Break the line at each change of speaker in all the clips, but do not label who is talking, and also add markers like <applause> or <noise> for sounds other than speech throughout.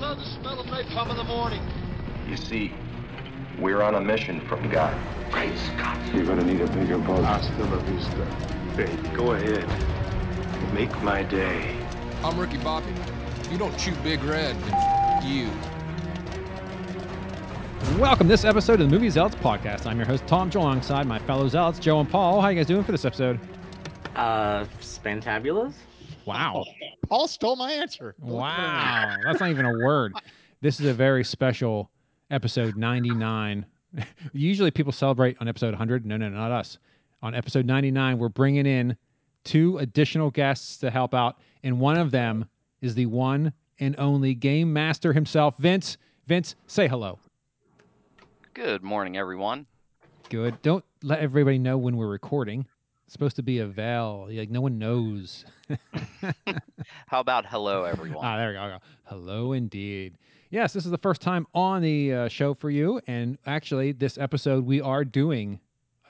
love the smell of napalm in the morning.
You see, we're on a mission from God.
Great Scott.
You're gonna need a bigger boat.
Hasta la vista, baby.
Go ahead. Make my day.
I'm Ricky Bobby. You don't chew big red, then f- you.
Welcome to this episode of the Movie Zealots podcast. I'm your host Tom Joe, alongside my fellow zealots Joe and Paul. How you guys doing for this episode?
Uh, spantabulous.
Wow!
Paul stole my answer. <laughs>
Wow, that's not even a word. This is a very special episode 99. <laughs> Usually people celebrate on episode 100. No, no, not us. On episode 99, we're bringing in two additional guests to help out, and one of them is the one and only game master himself, Vince. Vince, say hello.
Good morning, everyone.
Good. Don't let everybody know when we're recording. It's supposed to be a veil. Like no one knows.
How about hello, everyone?
Ah, there we go. Hello, indeed. Yes, this is the first time on the uh, show for you, and actually, this episode we are doing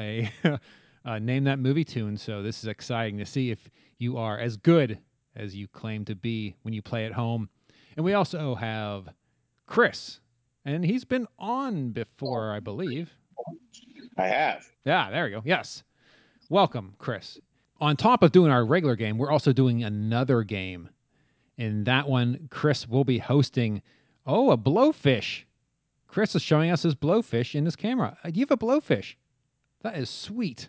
a <laughs> uh, name that movie tune. So this is exciting to see if you are as good as you claim to be when you play at home. And we also have Chris, and he's been on before, I believe.
I have.
Yeah, there we go. Yes. Welcome, Chris. On top of doing our regular game, we're also doing another game. And that one, Chris will be hosting. Oh, a blowfish. Chris is showing us his blowfish in his camera. Uh, You have a blowfish. That is sweet.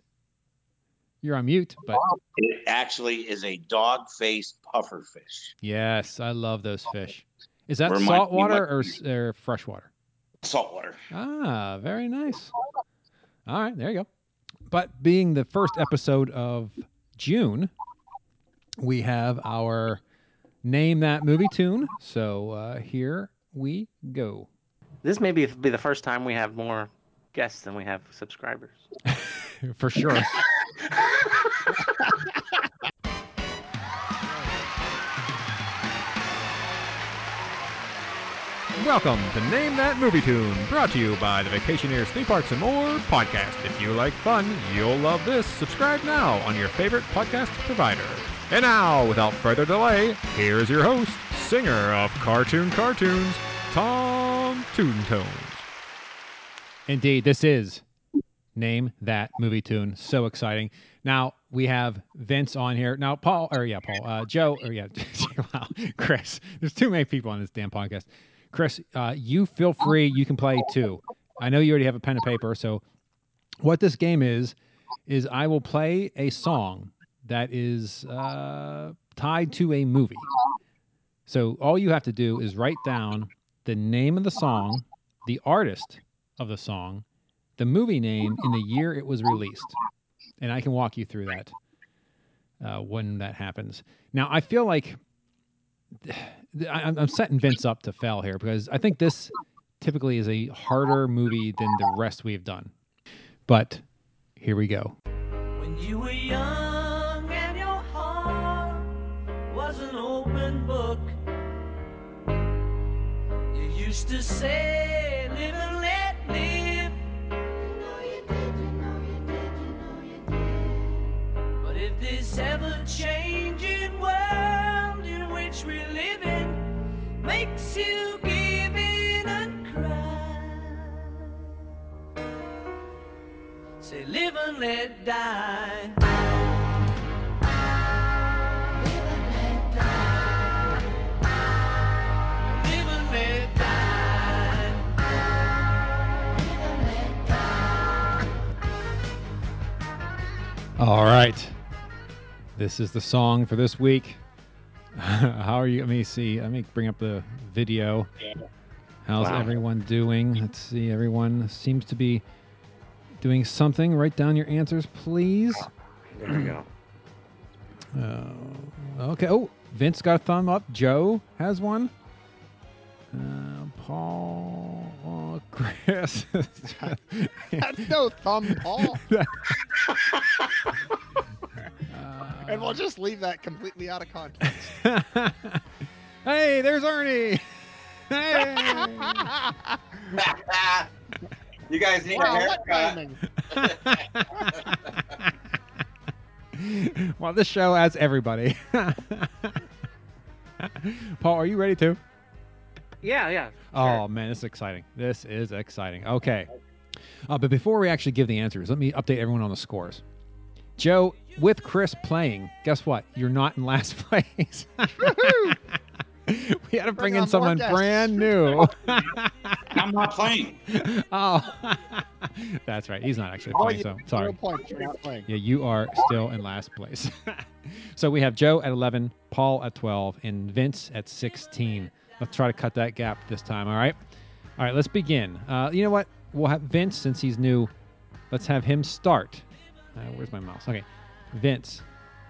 You're on mute, but
it actually is a dog-faced pufferfish.
Yes, I love those fish. Is that Remind saltwater or, or freshwater?
Saltwater.
Ah, very nice. All right, there you go. But being the first episode of June, we have our name that movie tune. So uh, here we go.
This may be, be the first time we have more guests than we have subscribers.
<laughs>
For sure.
Welcome to Name That Movie Tune, brought to you by the Vacationers Theme Parks and More podcast. If you like fun, you'll love this. Subscribe now on your favorite podcast provider. And now, without further delay, here's your host, singer of Cartoon Cartoons, Tom Toontones.
Indeed, this is Name That Movie Tune. So exciting. Now, we have Vince on here. Now, Paul, or yeah, Paul, uh, Joe, or yeah, <laughs> wow, Chris. There's too many people on this damn podcast. Chris, uh, you feel free. You can play too. I know you already have a pen and paper. So, what this game is, is I will play a song that is uh, tied to a movie. So, all you have to do is write down the name of the song, the artist of the song, the movie name, and the year it was released. And I can walk you through that uh, when that happens. Now, I feel like. <sighs> I'm, setting Vince up to fail here because I think this typically is a harder movie than the rest we've done. But here we go.
When you were young and your heart was an open book, you used to say, live and let live. You know you did, you know you did, you know you did. But if this ever changing world, which we live in makes you give in and cry. Say, live and let die. Live and let die. Live and let die. Live and let
die. All right. This is the song for this week. <laughs> how are you? Let me see. Let me bring up the video. How's wow. everyone doing? Let's see. Everyone seems to be doing something. Write down your answers, please.
There we go.
Uh, okay. Oh, Vince got a thumb up. Joe has one. Uh, Paul, oh,
<laughs>
Chris. <laughs>
That's no thumb, Paul. and we'll just leave that completely out of
<laughs>
context. <laughs>
hey, there's Ernie. <laughs> Hey.
you guys need wow, a haircut.
well, this show <laughs> has everybody. Paul, are you ready to?
Yeah, yeah.
Oh man, this is exciting. This is exciting. Okay, uh, but before we actually give the answers, let me update everyone on the scores. Joe, with Chris playing, guess what? You're not in last <laughs> place. we had to bring,
Bring
in
on
someone
more guests.
brand
<laughs>
new.
I'm not playing.
oh, <laughs> that's right. He's not actually
Oh,
playing.
you-
So
Zero
sorry.
points for not playing.
Yeah, you are still in last place. <laughs> so we have Joe at 11, Paul at 12, and Vince at 16. Let's try to cut that gap this time, all right? All right, let's begin. Uh, you know what? We'll have Vince, since he's new, let's have him start. Uh, where's my mouse? Okay. Vince,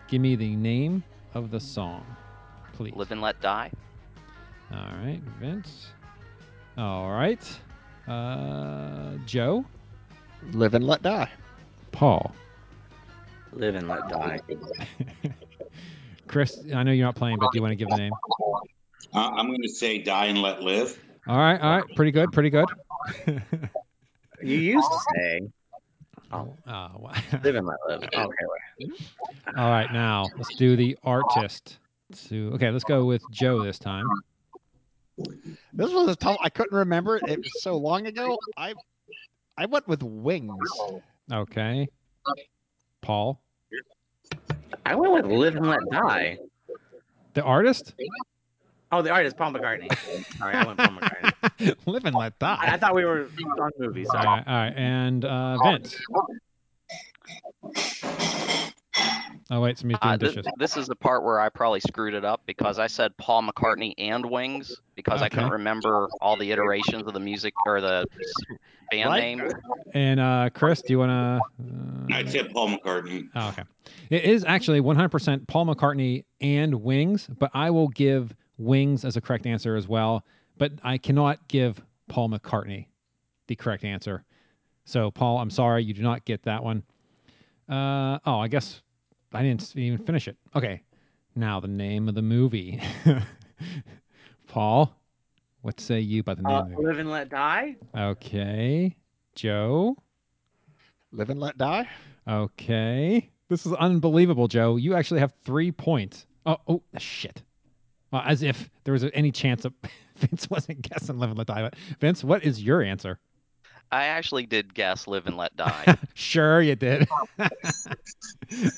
give me the name of the song, please.
Live and let die.
All right, Vince. All right. Uh, Joe?
Live and let die.
Paul?
Live and let die.
Chris, I know you're not playing, but do you want to give the name?
Uh, I'm going to say die and let live.
All right, all right, pretty good, pretty good.
You used to say
Oh, uh, wha-
live and let live. Okay, wait.
<laughs> all right, now let's do the artist. To okay, let's go with Joe this time.
This was a tough. I couldn't remember it. It was so long ago. I I went with wings.
Okay, Paul,
I went with live and let die.
the artist.
Oh, the artist Paul McCartney. Sorry, I went Paul McCartney.
Live and let die.
<laughs> I, I thought we were on movies.
All
Sorry.
right, all right, and uh, Vince. Oh wait, somebody's doing
Uh, thi-
dishes.
this is the part where I probably screwed it up because I said Paul McCartney and Wings because I couldn't
Okay.
remember all the iterations of the music or the s- band
Right.
name.
And uh, Chris, do you uh, want to?
I said Paul McCartney.
Oh, okay. It is actually 100% Paul McCartney and Wings, but I will give Wings as a correct answer as well. But I cannot give Paul McCartney the correct answer. So, Paul, I'm sorry you do not get that one. Uh, oh, I guess I didn't s- even finish it. Okay. Now, the name of the movie. <laughs> Paul, what say you about the name
Uh,
of the movie?
live and let die.
Okay. Joe?
Live and let die.
Okay. This is unbelievable, Joe. You actually have three points. Oh, oh shit. Well, as if there was any chance that <laughs> Vince wasn't guessing Live and Let Die. But Vince, what is your answer?
I actually did guess Live and Let Die.
Sure, you did. <laughs>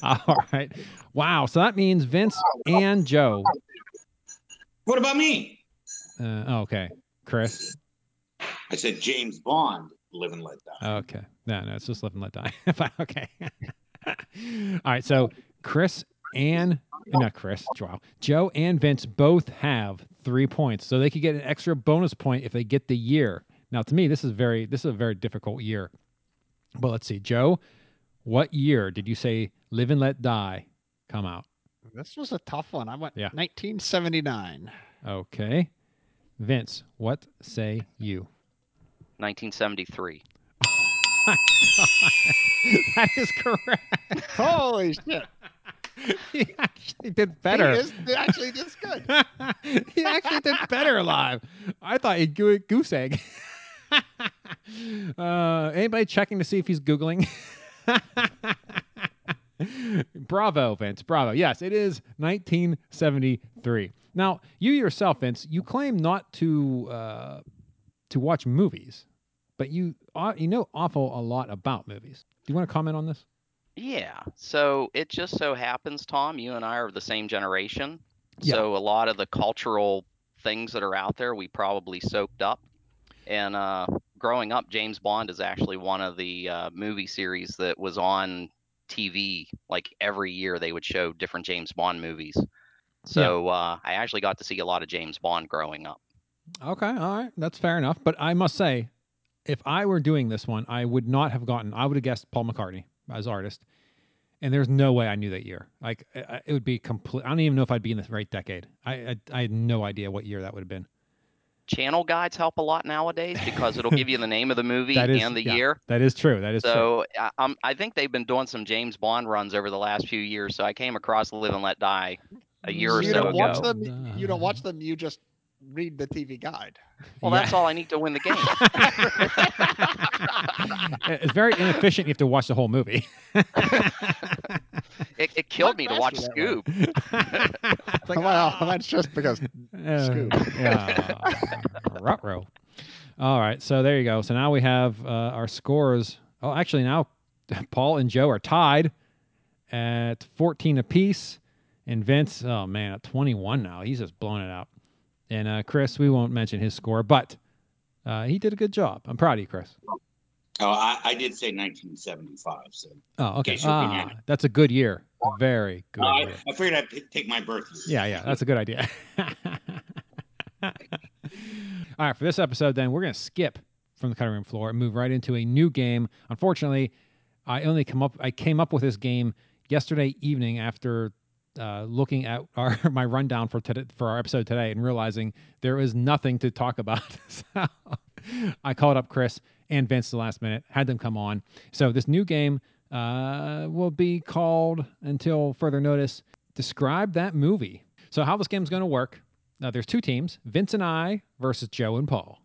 All right. Wow. So that means Vince and Joe.
What about me?
Uh, oh, okay. Chris.
I said James Bond, live and let die.
Okay. No, no, it's just Live and Let Die. <laughs> But okay. All right. So Chris and not Chris, Joao, Joe and Vince both have three points, so they could get an extra bonus point if they get the year. Now, to me, this is very this is a very difficult year. But let's see, Joe, what year did you say "Live and Let Die" come out?
This was a tough one. I went
Yeah.
1979.
Okay, Vince, what say you? <laughs>
1973.
that is correct. <laughs>
Holy shit!
he actually did <laughs> better.
He is actually this good.
<laughs> he actually did better live. I thought he'd go goose egg. <laughs> uh, anybody checking to see if he's googling? <laughs> Bravo, Vince. Bravo. Yes, it is 1973. Now, you yourself, Vince, you claim not to uh, to watch movies, but you uh, you know awful a lot about movies. Do you want to comment on this?
Yeah. So it just so happens, Tom, you and I are of the same generation.
Yeah.
So a lot of the cultural things that are out there, we probably soaked up. And uh, growing up, James Bond is actually one of the uh, movie series that was on TV. Like every year, they would show different James Bond movies. So uh, I actually got to see a lot of James Bond growing up.
Okay, all right, that's fair enough. But I must say, if I were doing this one, I would not have gotten. I would have guessed Paul McCartney as artist, and there's no way I knew that year. Like I- I- it would be complete. I don't even know if I'd be in the right decade. I I, I had no idea what year that would have been.
Channel guides help a lot nowadays because it'll give you the name of the
<laughs>
movie
That is
and the
yeah,
year.
That is true. That is <laughs> true.
so I, um, I think they've been doing some James Bond runs over the last few years. So I came across Live and Let Die a year or
you
so
don't
ago.
watch them. You don't watch them. You just read the TV guide.
Well, that's all I need to win the game.
<laughs> It- it's very inefficient. You have to watch the whole movie.
It, it killed me to watch Scoob.
like,
well, that's just because Scoob.
<laughs> Yeah. Rutro. All right, so there you go. So now we have uh, our scores. Oh, actually, now <laughs> Paul and Joe are tied at 14 apiece, and Vince, oh man, at 21 now. He's just blowing it out. And uh, Chris, we won't mention his score, but uh, he did a good job. I'm proud of you, Chris.
Oh, I, I did say 1975. So
Oh, okay.
Guess you'll be
Ah, that's a good year. Very good.
No, I,
year.
I figured I'd p- take my birthday.
Yeah, yeah, that's a good idea. <laughs> All right, for this episode, then we're going to skip from the cutting room floor and move right into a new game. Unfortunately, I only come up, I came up with this game yesterday evening after uh, looking at our <laughs> my rundown for today, for our episode today and realizing there is nothing to talk about. <laughs> so I called up Chris and Vince at the last minute, had them come on. So this new game uh, will be called until further notice. Describe that movie. So how this game's going to work? Now there's two teams: Vince and I versus Joe and Paul.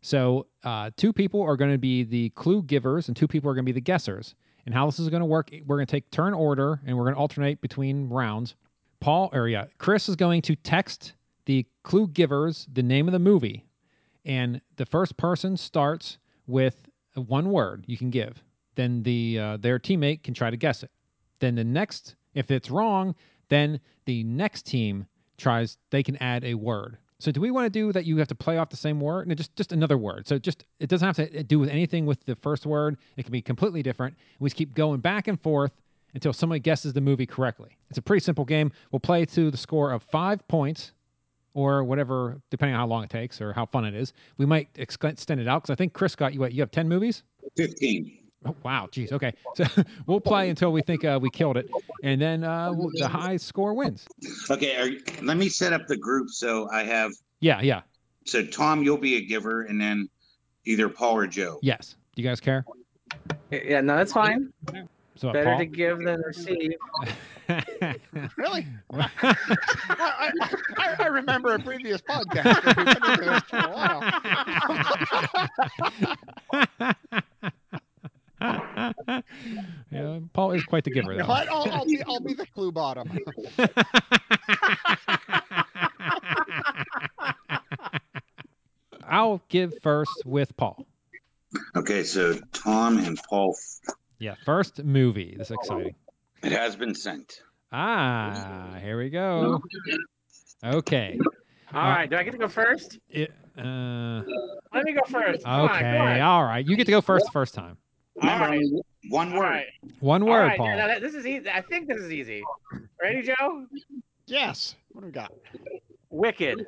So uh, two people are going to be the clue givers, and two people are going to be the guessers. And how this is going to work? We're going to take turn order, and we're going to alternate between rounds. Paul, or yeah, Chris is going to text the clue givers the name of the movie, and the first person starts with one word you can give. Then the uh, their teammate can try to guess it. Then the next, if it's wrong, then the next team tries. They can add a word. So do we want to do that? You have to play off the same word, no, just just another word. So just it doesn't have to do with anything with the first word. It can be completely different. We just keep going back and forth until somebody guesses the movie correctly. It's a pretty simple game. We'll play to the score of five points or whatever, depending on how long it takes or how fun it is. We might ex- extend it out because I think Chris got you. What you have ten movies?
15.
Oh, wow, geez. Okay, <laughs> so we'll play until we think uh, we killed it, and then uh, we'll- the high score wins.
Okay, are, you- let me set up the group so I have.
Yeah, yeah,
So Tom, you'll be a giver, and then either Paul or Joe.
yes. Do you guys care?
Yeah, no, that's fine.
So
Better
Paul?
to give than receive.
Really? I, I, I- I remember a previous podcast. where we've been into this for a
<laughs>
while.
<laughs> yeah, Paul is quite the giver.
You know
Though.
what? I'll, I'll, be, I'll be the clue bottom.
<laughs> I'll give first with Paul.
Okay, so Tom and Paul.
Yeah, first movie. This is exciting.
It has been sent.
Ah, here we go. Okay.
All
Uh,
right, do I get to go first?
It, uh,
Let me go first. Come on, come
okay.
on.
All right. You get to go first the first time.
Remember, only one word.
One
All
word,
right,
Paul.
now that- this is easy. I think this is easy. Ready, Joe?
Yes. What do we got?
Wicked.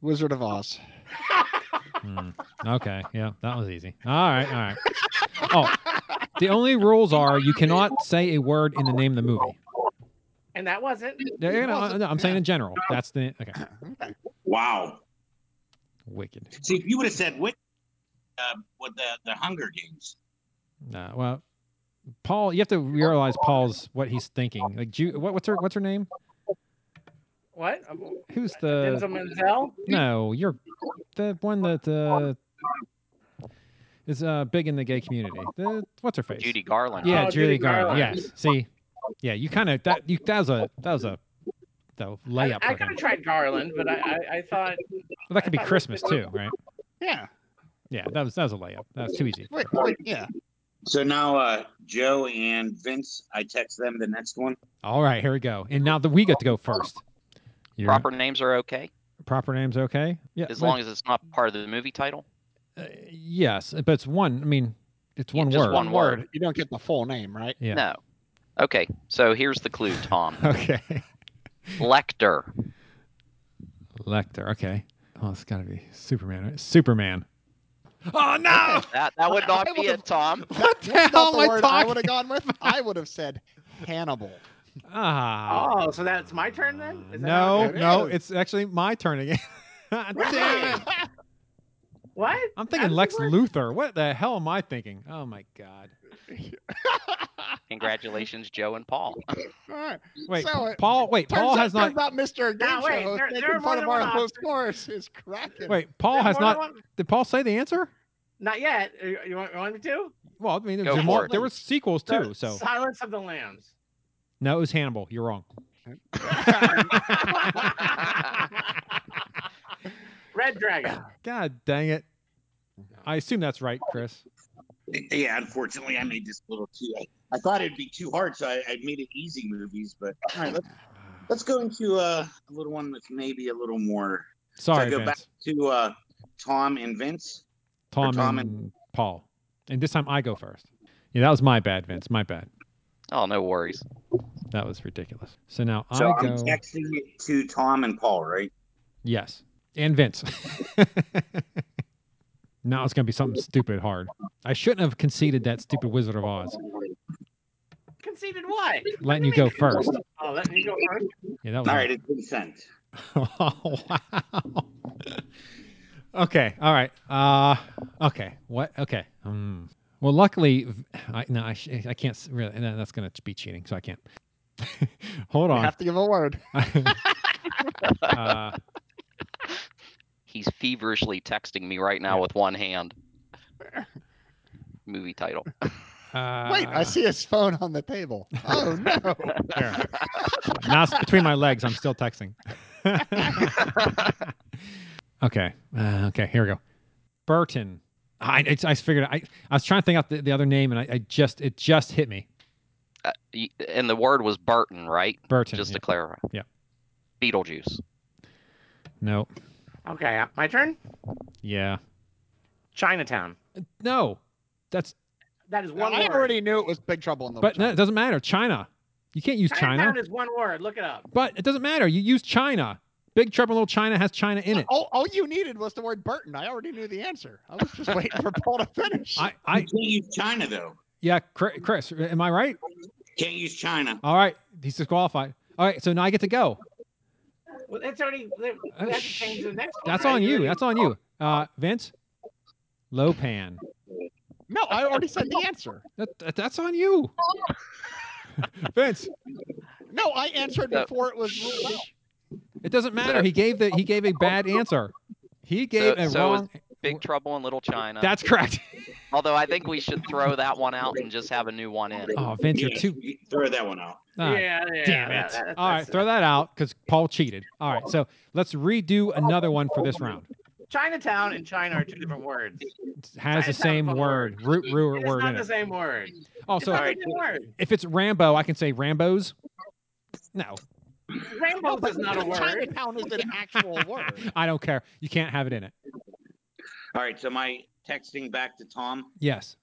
Wizard of Oz.
Hmm. Okay. Yeah, that was easy. All right. All right. Oh, the only rules are you cannot say a word in the name of the movie.
And that wasn't.
No, no, no, no, I'm saying in general. That's the okay.
Wow.
Wicked.
See, if you would have said with, uh, with the, the Hunger Games.
Uh, well, Paul, you have to realize Paul's what he's thinking. Like, Ju- what, what's her what's her name?
What?
Who's
Uh, Denzel
the?
Menzel?
No, you're the one that uh, is uh, big in the gay community. The, what's her face?
Judy Garland.
Yeah,
Oh,
Judy
Judy
Garland.
Garland.
Yes. See, yeah, you kind of that you that was a that was a the layup.
I
for him.
could have tried Garland, but I, I, I thought.
Well, that could be
I thought-
Christmas too, right?
Yeah.
Yeah, that was that was a layup. That was too easy.
Wait, wait, yeah.
So now uh, Joe and Vince, I text them the next one.
All right, here we go. And now that we get to go first. You're-
Proper names are okay
proper names, okay? Yeah.
as
well,
long as it's not part of the movie title.
yes, but it's one. I mean, it's one
just
word.
one word.
You don't get the full name, right?
Yeah.
No. Okay, so here's the clue,
<laughs>
Tom.
<laughs> Okay.
Lecter.
Lecter. Okay. Oh, it's got to be Superman. Right? Superman. Oh no!
<laughs>
That that would
<laughs>
not be it, Tom.
What
the
not
hell
the
am I
word I
talking-
would have gone with. I would have said
<laughs>
Hannibal.
Ah.
Oh, so that's my turn then? Is that how
no,
it
no,
goes?
it's actually my turn again. <laughs> Damn it!
What?
I'm thinking Lex Luthor. What the hell am I thinking? Oh my god!
Congratulations, Joe and Paul.
All right.
Wait,
So
Pa-
it
Paul. Wait,
turns
Paul
out,
has not.
turns out Mr. Game
Now,
Show
wait,
host
there-
making
there are more
fun of
than one
our low
option.
scores is cracking.
Wait, Paul
There's
has
more than
not.
one-
Did Paul say the answer?
Not yet. You, you want, you want me to?
Well, I mean,
Go
there's
for
more,
it.
there were sequels too. So
Silence of the Lambs.
No, it was Hannibal. You're
<laughs>
wrong.
Red <sighs> Dragon.
God dang it. I assume that's right, Chris.
Yeah, unfortunately, I made this a little too. I, I thought it'd be too hard, so I, I made it easy movies. But all right, let's, let's go into uh, a little one that's maybe a little more.
Sorry,
so I go
Vince.
back to uh, Tom and Vince. Or
Tom,
Tom
and, Paul. And this time I go first. Yeah, that was my bad, Vince. My bad.
Oh, no worries.
That was ridiculous. So now
So
I
I'm
go.
texting it to Tom and Paul, right?
Yes. And Vince. <laughs> now it's going to be something stupid hard. I shouldn't have conceded that stupid Wizard of Oz.
Conceded what?
Letting you go first.
Oh, let me go first.
Yeah, that was
All right, it's been sent.
<laughs> oh, wow. okay. All right. Uh, okay. What? Okay. Hmm. Well, luckily, v- I, no, I, sh- I can't s- really. No, that's going to be cheating, so I can't. <laughs> Hold
You
on.
have to give a word.
<laughs> uh,
He's feverishly texting me right now with one hand. Movie title.
uh,
Wait, I see his phone on the table. Oh
<laughs>
no!
Here. <laughs> now it's between my legs. I'm still texting. <laughs> okay. Uh, okay. Here we go. Burton. I, it's, I figured I, I was trying to think out the, the other name, and I, I just it just hit me.
Uh, y- and the word was Burton, right?
Burton,
Just
yeah.
to clarify.
Yeah.
Beetlejuice.
No.
Okay, uh, my turn.
Yeah.
Chinatown.
No. That's
That is one
I
word.
already knew it was Big Trouble in Little
but no, it doesn't matter. Oh, China. You can't use China.
Chinatown is one word. Look it up.
But it doesn't matter. You use China. Big Trouble in Little China has China in it.
All, all you needed was the word Burton. I already knew the answer. I was just waiting for Paul to finish.
I, I
You can't use China though.
yeah, Chri- Chris, am I right?
Can't use China.
All right, he's disqualified. All right, so now I get to go.
Well, that's already. We have to change to the next Oh. one.
That's
right?
on you. That's on you. Uh, Vince, Lopan.
No, I already said the answer.
That, that- that's on you. <laughs> Vince,
No, I answered
No.
before it was ruled out.
it doesn't matter. He gave the he gave a bad answer. He gave
so
a
so
wrong.
is Big Trouble in Little China.
That's
<laughs>
correct.
Although I think we should throw that one out and just have a new one in.
Oh, Vince, you're
Yeah,
too.
you Throw that one out.
ah,
yeah, yeah.
damn
that-
it.
that-
All right,
that's-
throw that out because Paul cheated. All right, so let's redo another one for this round.
Chinatown and China are two different words.
It has the
Chinatown's
same
one
word, root, root
It's
word
not
in
the
it.
same word.
Oh,
It's
so
not the same word.
if it's Rambo, I can say Rambo's. No,
Rainbows is not a word.
Chinatown is an actual word.
<laughs> I don't care. You can't have it in it.
All right, so my texting back to Tom.
Yes.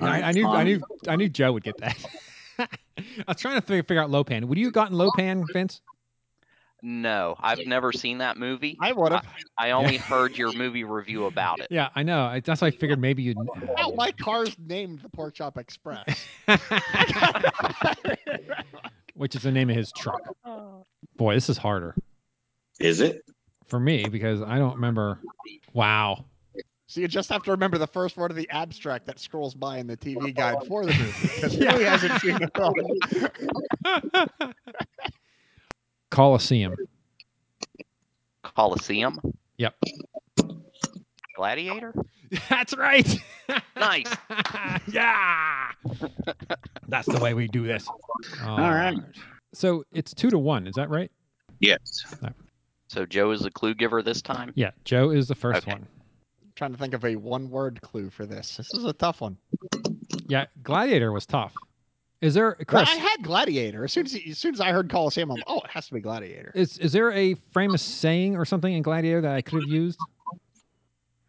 I, I knew, I knew, I knew Joe would get that. <laughs> I was trying to figure, figure out Lopan. Would you have gotten Lopan, Vince?
No, I've never seen that movie.
I would have.
I only heard your movie review about it.
Yeah, I know. I, that's why I figured maybe you'd.
Oh, my car's named the Pork Chop Express.
Which is the name of his truck. Boy, this is harder
Is it?
for me because I don't remember. Wow.
So you just have to remember the first word of the abstract that scrolls by in the TV guide for the movie
<laughs>
because who
Yeah.
hasn't seen the film?
Coliseum. <laughs>
Coliseum.
Yep.
Gladiator.
That's right. <laughs>
Nice.
yeah. That's the way we do this. All
right.
So it's two to one. Is that right?
Yes.
So Joe is the clue giver this time.
Yeah. Joe is the first
Okay.
one.
trying to think of a one-word clue for this. This is a tough one.
Yeah. Gladiator was tough. Is there
But
Chris?
I had Gladiator. As soon as as soon as I heard Coliseum, I'm oh, it has to be Gladiator.
Is is there a famous saying or something in Gladiator that I could have used?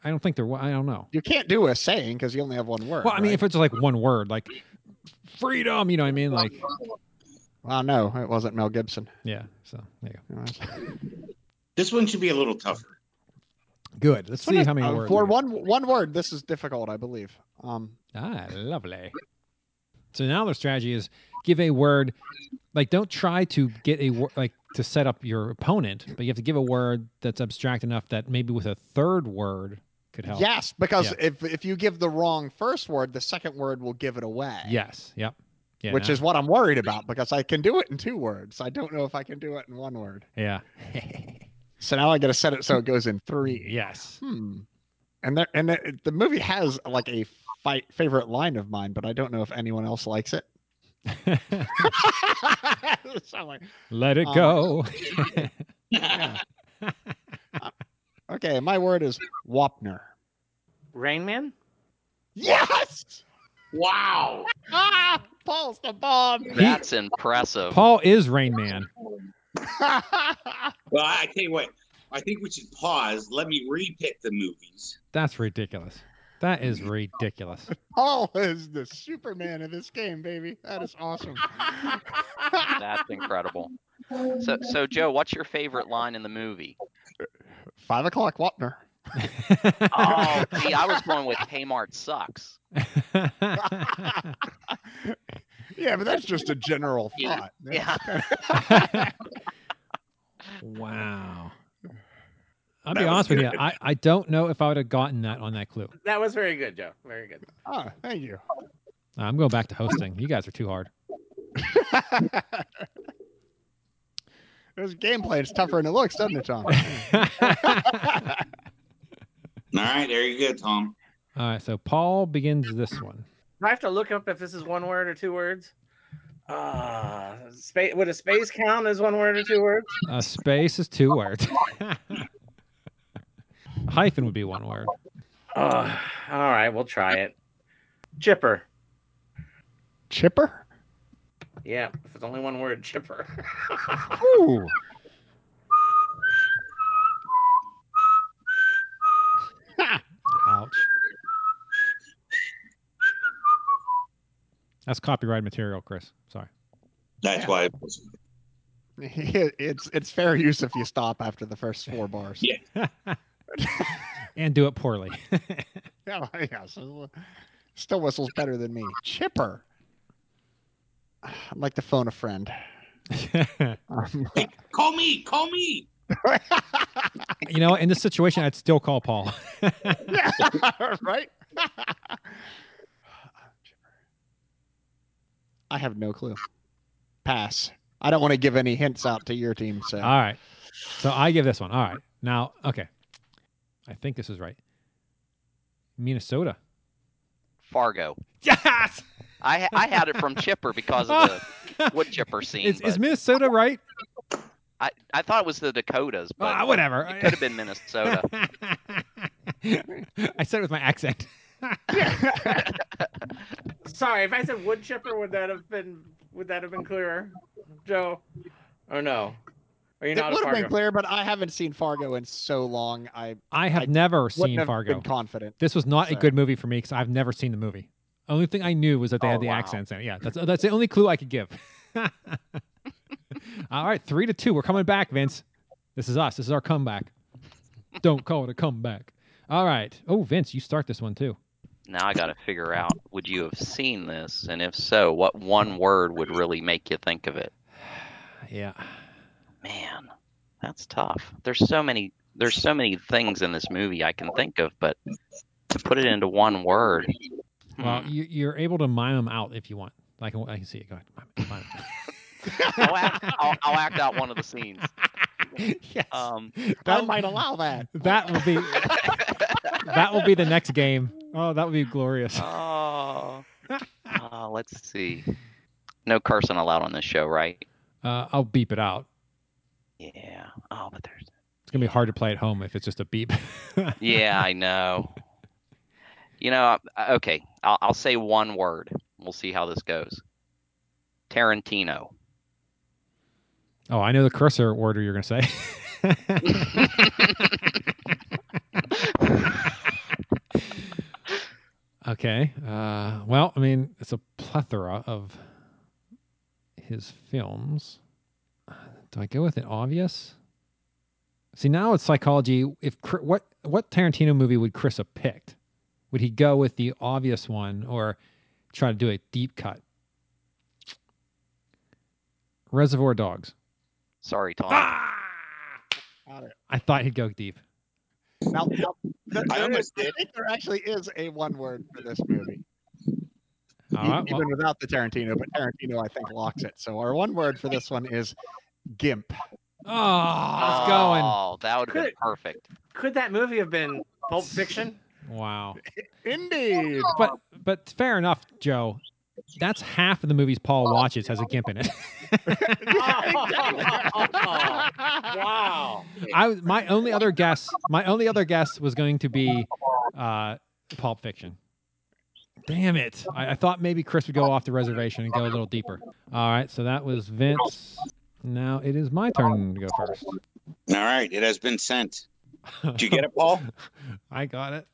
I don't think there. wa- I don't know.
You can't do a saying because you only have one word.
Well, I mean,
right?
if it's like one word, like freedom, you know what I mean? Like,
well, no, it wasn't Mel Gibson. <laughs>
yeah. So there you
It was-
This one should be a little tougher.
go. Good. Let's see how many
Uh,
words.
for
we get.
one one word. This is difficult, I believe. Um,
Ah, lovely. So now their strategy is give a word. Like, don't try to get a word like to set up your opponent, but you have to give a word that's abstract enough that maybe with a third word could help.
yes, because
Yeah.
if if you give the wrong first word, the second word will give it away.
Yes. Yep. Yeah.
which
now-
is what I'm worried about because I can do it in two words. I don't know if I can do it in one word.
yeah.
So now I got to set it so it goes in three.
yes.
Hmm. And there, and the, the movie has like a fight favorite line of mine, but I don't know if anyone else likes it. <laughs> Sound like-
Let it
Um, <laughs>
go.
yeah. Uh, okay, my word is Wapner.
Rain Man?
Yes!
<laughs> Wow.
Ah, Paul's the bomb. <laughs>
That's impressive.
Paul is Rain Man.
Well, I tell you what, I think we should pause. Let me repick the movies.
That's ridiculous. That is
<laughs>
ridiculous. <laughs>
Paul is the Superman of this game, baby. That is <laughs> awesome.
That's incredible. So, so Joe, what's your favorite line in the movie?
Five o'clock, Wapner.
Oh, see, I was going with Kmart sucks.
Yeah, but that's just a general
Yeah.
thought.
Yeah.
wow. I'll be
That was
honest with you.
good.
I, I don't know if I would have gotten that on that clue.
That was very good, Joe. Very good.
Oh, thank you.
I'm going back to hosting. You guys are too
<laughs>
hard.
<laughs> There's gameplay. It's tougher than it looks, doesn't it, Tom?
All right, there you go, Tom.
All right. So Paul begins this one.
Do I have to look up if this is one word or two words? Uh, space, would a space count as one word or two words?
Uh, space is two words. <laughs> Hyphen would be one word.
Uh, all right, we'll try it. Chipper.
<laughs> Chipper?
Yeah, if it's only one word, chipper. <laughs>
Ooh.
Ouch. That's copyright material, Chris. Sorry.
That's why. It
it's it's fair use if you stop after the first four bars.
Yeah.
And do it poorly.
<laughs>
<laughs>
Yeah, yeah, so- Still whistles better than me. Chipper. <sighs> I'd like to phone a friend. Um, <laughs>
Call me. Call me.
you know, in this situation, I'd still call Paul.
right? <laughs> I have no clue. Pass. I don't want to give any hints out to your team. So
All right. So I give this one. All right. Now, okay. I think this is right. Minnesota.
Fargo.
Yes.
I I had it from Chipper because of
<laughs>
the wood chipper scene.
Is, is
but
Minnesota right?
I, I thought it was the Dakotas, but
Ah, whatever.
It could have
<laughs>
been Minnesota.
I said it with my accent.
Sorry, if I said wood chipper, would that have been would that have been clearer, Joe? Or Oh, no? Are you
it
not a
would have been
Fargo?
clear, but I haven't seen Fargo in so long. I
I have
I
never
wouldn't
seen
have
Fargo.
Been confident.
This was not
So-
a good movie for me because I've never seen the movie. Only thing I knew was that they
Oh,
had the
wow.
accents in it. Yeah, that's that's the only clue I could give. <laughs> All right, three to two. We're coming back, Vince. This is us. This is our comeback. Don't call it a comeback. All right. Oh, Vince, you start this one too.
Now I got to figure out would you have seen this, and if so, what one word would really make you think of it?
Yeah.
Man, that's tough. There's so many. There's so many things in this movie I can think of, but to put it into one word, hmm.
Well, you, you're able to mime them out if you want. I can I can see it. Go ahead. Mime it, mime it.
<laughs> I'll act, I'll, I'll act out one of the scenes.
<laughs>
Yes. <laughs>
Um,
I
That-
might allow that.
<laughs> That will be that will be the next game. Oh, that would be glorious.
oh, oh, let's see. No cursing allowed on this show, right?
Uh, I'll beep it out.
Yeah. Oh, but there's. <laughs>
It's gonna be hard to play at home if it's just a beep. <laughs>
Yeah, I know. You know, I- okay, I'll, I'll say one word. We'll see how this goes. Tarantino.
Oh, I know the cursor order you're gonna say. <laughs> okay. Uh, well, I mean, it's a plethora of his films. Do I go with an obvious? See, now it's psychology. If Chr- what what Tarantino movie would Chris have picked? Would he go with the obvious one or try to do a deep cut? Reservoir Dogs.
Sorry, Tom.
Ah, I thought he'd go deep.
Now, now th-
I
there
almost
is- I think there actually is a one word for this movie, E
All right.
even
Well,
without the Tarantino. But Tarantino, I think, locks it. So our one word for this one is gimp.
oh, it's going.
Oh, that would have been
Good.
perfect.
Could that movie have been
<laughs>
Pulp Fiction?
Wow.
Indeed. <laughs>
But but fair enough, Joe. that's half of the movies Paul watches has a gimp in it.
wow.
I was- my only other guess, my only other guess was going to be uh, Pulp Fiction. Damn it! I, I thought maybe Chris would go off the reservation and go a little deeper. All right, so that was Vince. Now it is my turn to go first.
All right, it has been sent. Did you get it, <laughs> Paul?
I got it.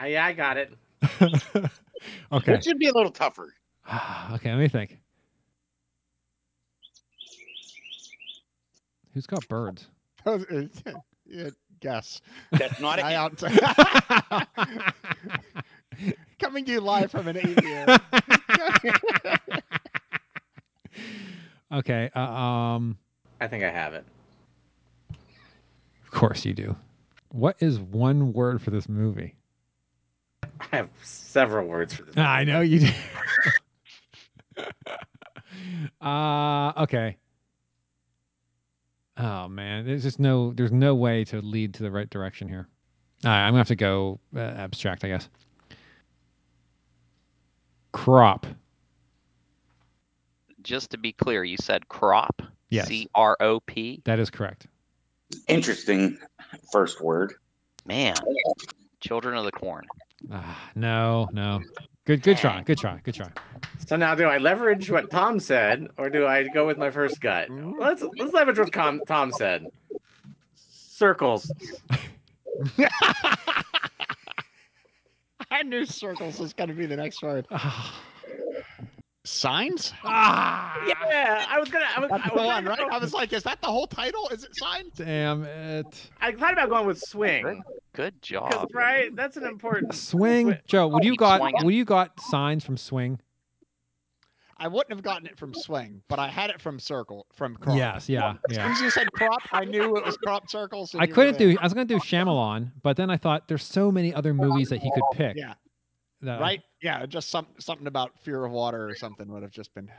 Uh, <laughs> yeah, I got it.
Okay.
It should be a little tougher.
<sighs> Okay, let me think. Who's got birds? <laughs>
yeah, guess.
That's not <laughs>
I out- <laughs> Coming to you live from
<laughs>
an <laughs> aviary.
Okay. Uh, um,
I think I have it.
of course you do. What is one word for this movie?
I have several words for this.
I know you do. <laughs> uh okay. Oh man, there's just no there's no way to lead to the right direction here. All right, I'm gonna have to go uh, abstract, I guess. Crop.
Just to be clear, you said crop.
Yes.
C R O P.
That is correct.
Interesting first word.
Man, Children of the Corn.
Ah, no, no. Good, good try. Good try. Good try.
So now, do I leverage what Tom said, or do I go with my first gut?
Mm-hmm.
Let's let's leverage what Com- Tom said. Circles.
I knew circles was going to be the
<sighs>
next word. Signs?
Ah!
Yeah, I was gonna. I was, <laughs>
That's
I
the
was
one,
gonna
right?
go-
I was like, is that the whole title? Is it signs?
Damn it.
I thought about going with swing.
Good
Because
Oh.
job.
right, that's an important
Swing, Joe. Would Oh, you
Keep
got?
swinging.
Would you got signs from swing?
I wouldn't have gotten it from swing, but I had it from circle, from crop.
Yes, yeah,
As
yeah.
soon as you said crop, I knew it was crop circles. and
I
you were
couldn't
in.
do. I was gonna do Shyamalan, but then I thought there's so many other movies that he could pick.
Yeah.
that I-
Right? Yeah, just some something about fear of water or something would have just been.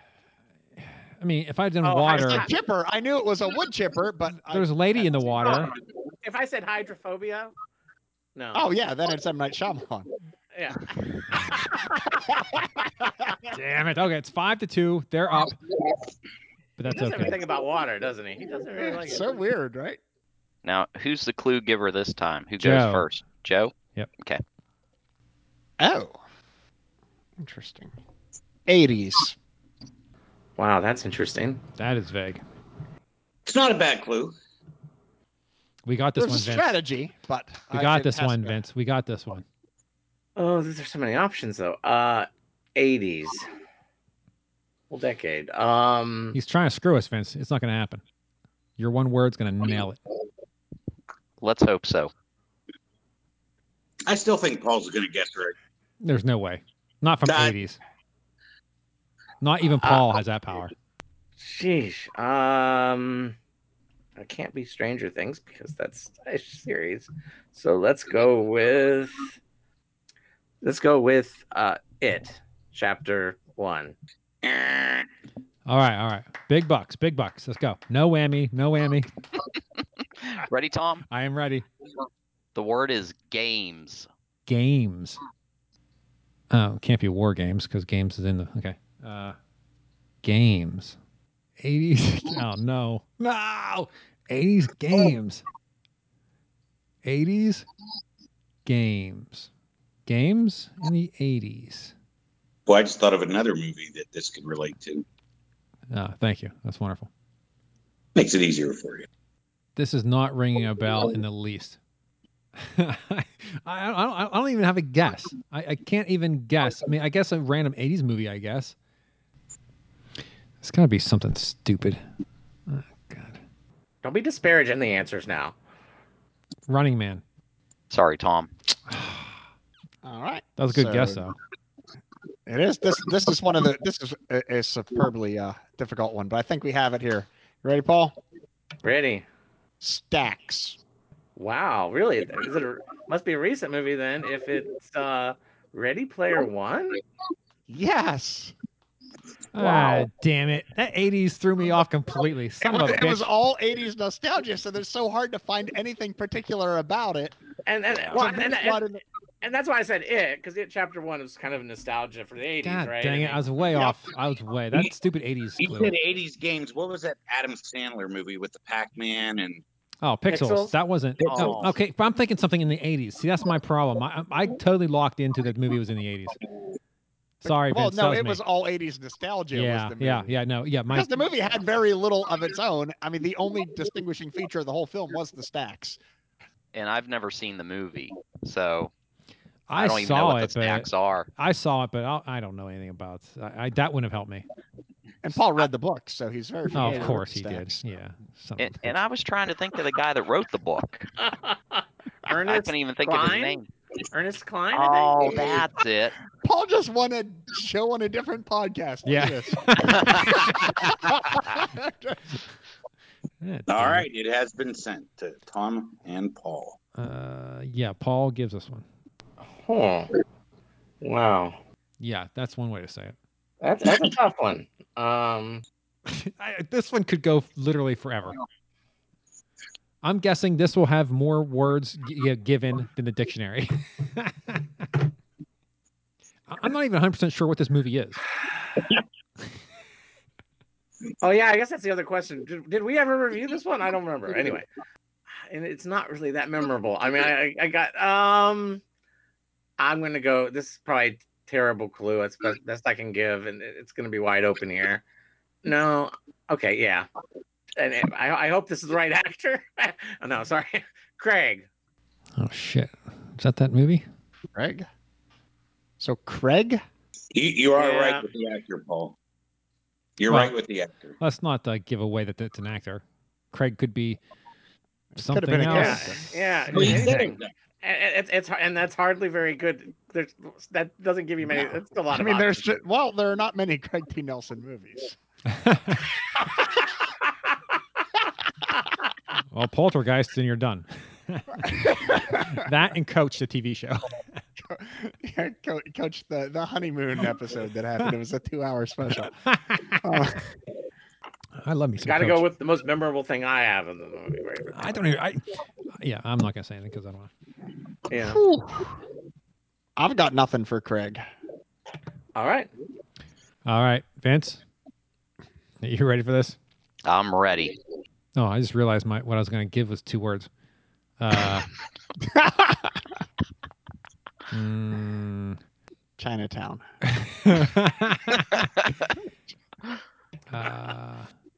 I mean, if I'd done
Oh, I
water,
said chipper. I knew it was a wood chipper, but I-
there's a lady in the water.
If I said hydrophobia, no.
Oh yeah, then it's M Night
<laughs>
Shyamalan.
yeah.
Damn it. Okay, it's five to two. They're up. But
He
that's
does
okay.
everything about water, doesn't he? He doesn't really like
It's
it.
so weird, right?
Now, who's the clue giver this time? Who
Joe.
goes first? Joe?
Yep.
Okay.
Oh, interesting. Eighties.
Wow, that's interesting.
That is vague.
It's not a bad clue.
We got this
There's a
one, Vince.
strategy, but
We
I-
got
it
this
has
one,
to-
Vince. We got this one.
Oh, these are so many options though. Uh, eighties, whole decade. Um,
He's trying to screw us, Vince. It's not going to happen. Your one word's going to nail it.
Let's hope so.
I still think Paul's going to guess right.
There's no way. Not from the
That-
80s. Not even Paul has that power.
sheesh. Um, I can't be Stranger Things because that's a series. So let's go with, let's go with uh, it chapter one.
All right, all right. Big bucks, big bucks. Let's go. No whammy, no whammy.
Ready, Tom?
I am ready.
The word is games.
Games. Oh, can't be war games because games is in the. Okay. Uh, games. 80s. <laughs> Oh, no. No. 80s games. 80s games. Games in the 80s.
Well, I just thought of another movie that this could relate to.
Ah, thank you. That's wonderful.
Makes it easier for you.
This is not ringing a bell in the least. <laughs> I, I, don't- I don't, I don't even have a guess. I, I can't even guess. I mean, I guess a random 80s movie, I guess. It's got to be something stupid. Oh,
Don't be disparaging the answers now.
Running Man.
Sorry, Tom.
All right.
That was a good
So-
guess, though.
It is. This this is one of the this is a, a superbly uh, difficult one, but I think we have it here. You ready, Paul?
Ready?
Stacks.
Wow, really? Is it a, must be a recent movie then? If it's uh, Ready Player One.
Yes.
Ah, damn it. That 80s threw me off completely. Son of a
it was
bitch.
all '80s nostalgia, so it's so hard to find anything particular about it.
And and,
So
well, and,
that's
and,
why I didn't-
and that's why I said it because it chapter one was kind of nostalgia for the eighties,
God
right?
dang it! I was way off. I was way that stupid '80s
You
clue.
did 80s games. What was that Adam Sandler movie with the Pac Man and.
Oh, pixels.
Pixels?
That wasn't. no,
Pixels.
okay, but I'm thinking something in the '80s. See, that's my problem. I, I I totally locked into the movie was in the '80s. Sorry,
well,
Vince, that
no, it
me.
was all '80s nostalgia.
Yeah,
was the movie.
yeah, yeah. No, yeah. My
because the movie had very little of its own. I mean, the only distinguishing feature of the whole film was the stacks.
and I've never seen the movie, so
I,
I don't even
saw
know what
it,
the snacks
but
are.
I saw it, but I'll, I don't know anything about. It. I, I that wouldn't have helped
<laughs>
me.
And Paul read the book, so he's very.
Oh,
familiar
of
with
course
the
he
stacks.
did. Yeah. Some-
And, and I was trying to think of the guy that wrote the book. I
<laughs> Ernest
couldn't even think of his
Cline?
name.
Ernest Klein. I
Oh,
think?
that's it.
Paul just won a show on a different podcast. Look
Yeah.
at
<laughs>
this. Eh.
Eh,
All right, it has been sent to Tom and Paul.
Uh, yeah. Paul gives us one.
Huh. Wow.
Yeah, that's one way to say it.
That's, that's a tough one. Um,
I, this one could go literally forever. I'm guessing this will have more words g- yeah, given than the dictionary. <laughs> I- I'm not even 100% sure what this movie is.
oh yeah, I guess that's the other question. Did, did we ever review this one? I don't remember. Anyway, and it's not really that memorable. I mean, I, I got um, I'm gonna go. This is probably terrible clue. That's best, best I can give, and it- it's gonna be wide open here. No, okay, yeah, and it- I, I hope this is the right actor. <laughs> oh no, sorry, <laughs> Craig.
Oh, shit. Is that that movie?
Craig? So Craig?
You, you are
Yeah.
right with the actor, Paul. You're
Well,
right with the actor.
Let's not uh, give away that it's an actor. Craig could be something
been a
else.
character.
Yeah,
Well, he said
anything.
it.
And and it's, it's and that's hardly very good. There's that doesn't give you many. That's a lot.
I mean,
of
there's
options.
ju- well, there are not many Craig T. Nelson movies.
Well, Poltergeist, and you're done. <laughs> that and Coach, the TV show.
Yeah, Co- Coach, the the honeymoon episode that happened. It was a two hour special. Uh,
I love me some
Got to
Coach. <laughs>
go with the most memorable thing I have in the movie. Right?
I don't even. I, yeah, I'm not gonna say anything because I don't. want
Yeah.
whew. I've got nothing for Craig. <laughs>
All right.
to. All right, Vince, are you ready for this?
I'm ready.
No, I just realized my what I was gonna give was two words. Uh, mm,
Chinatown.
uh,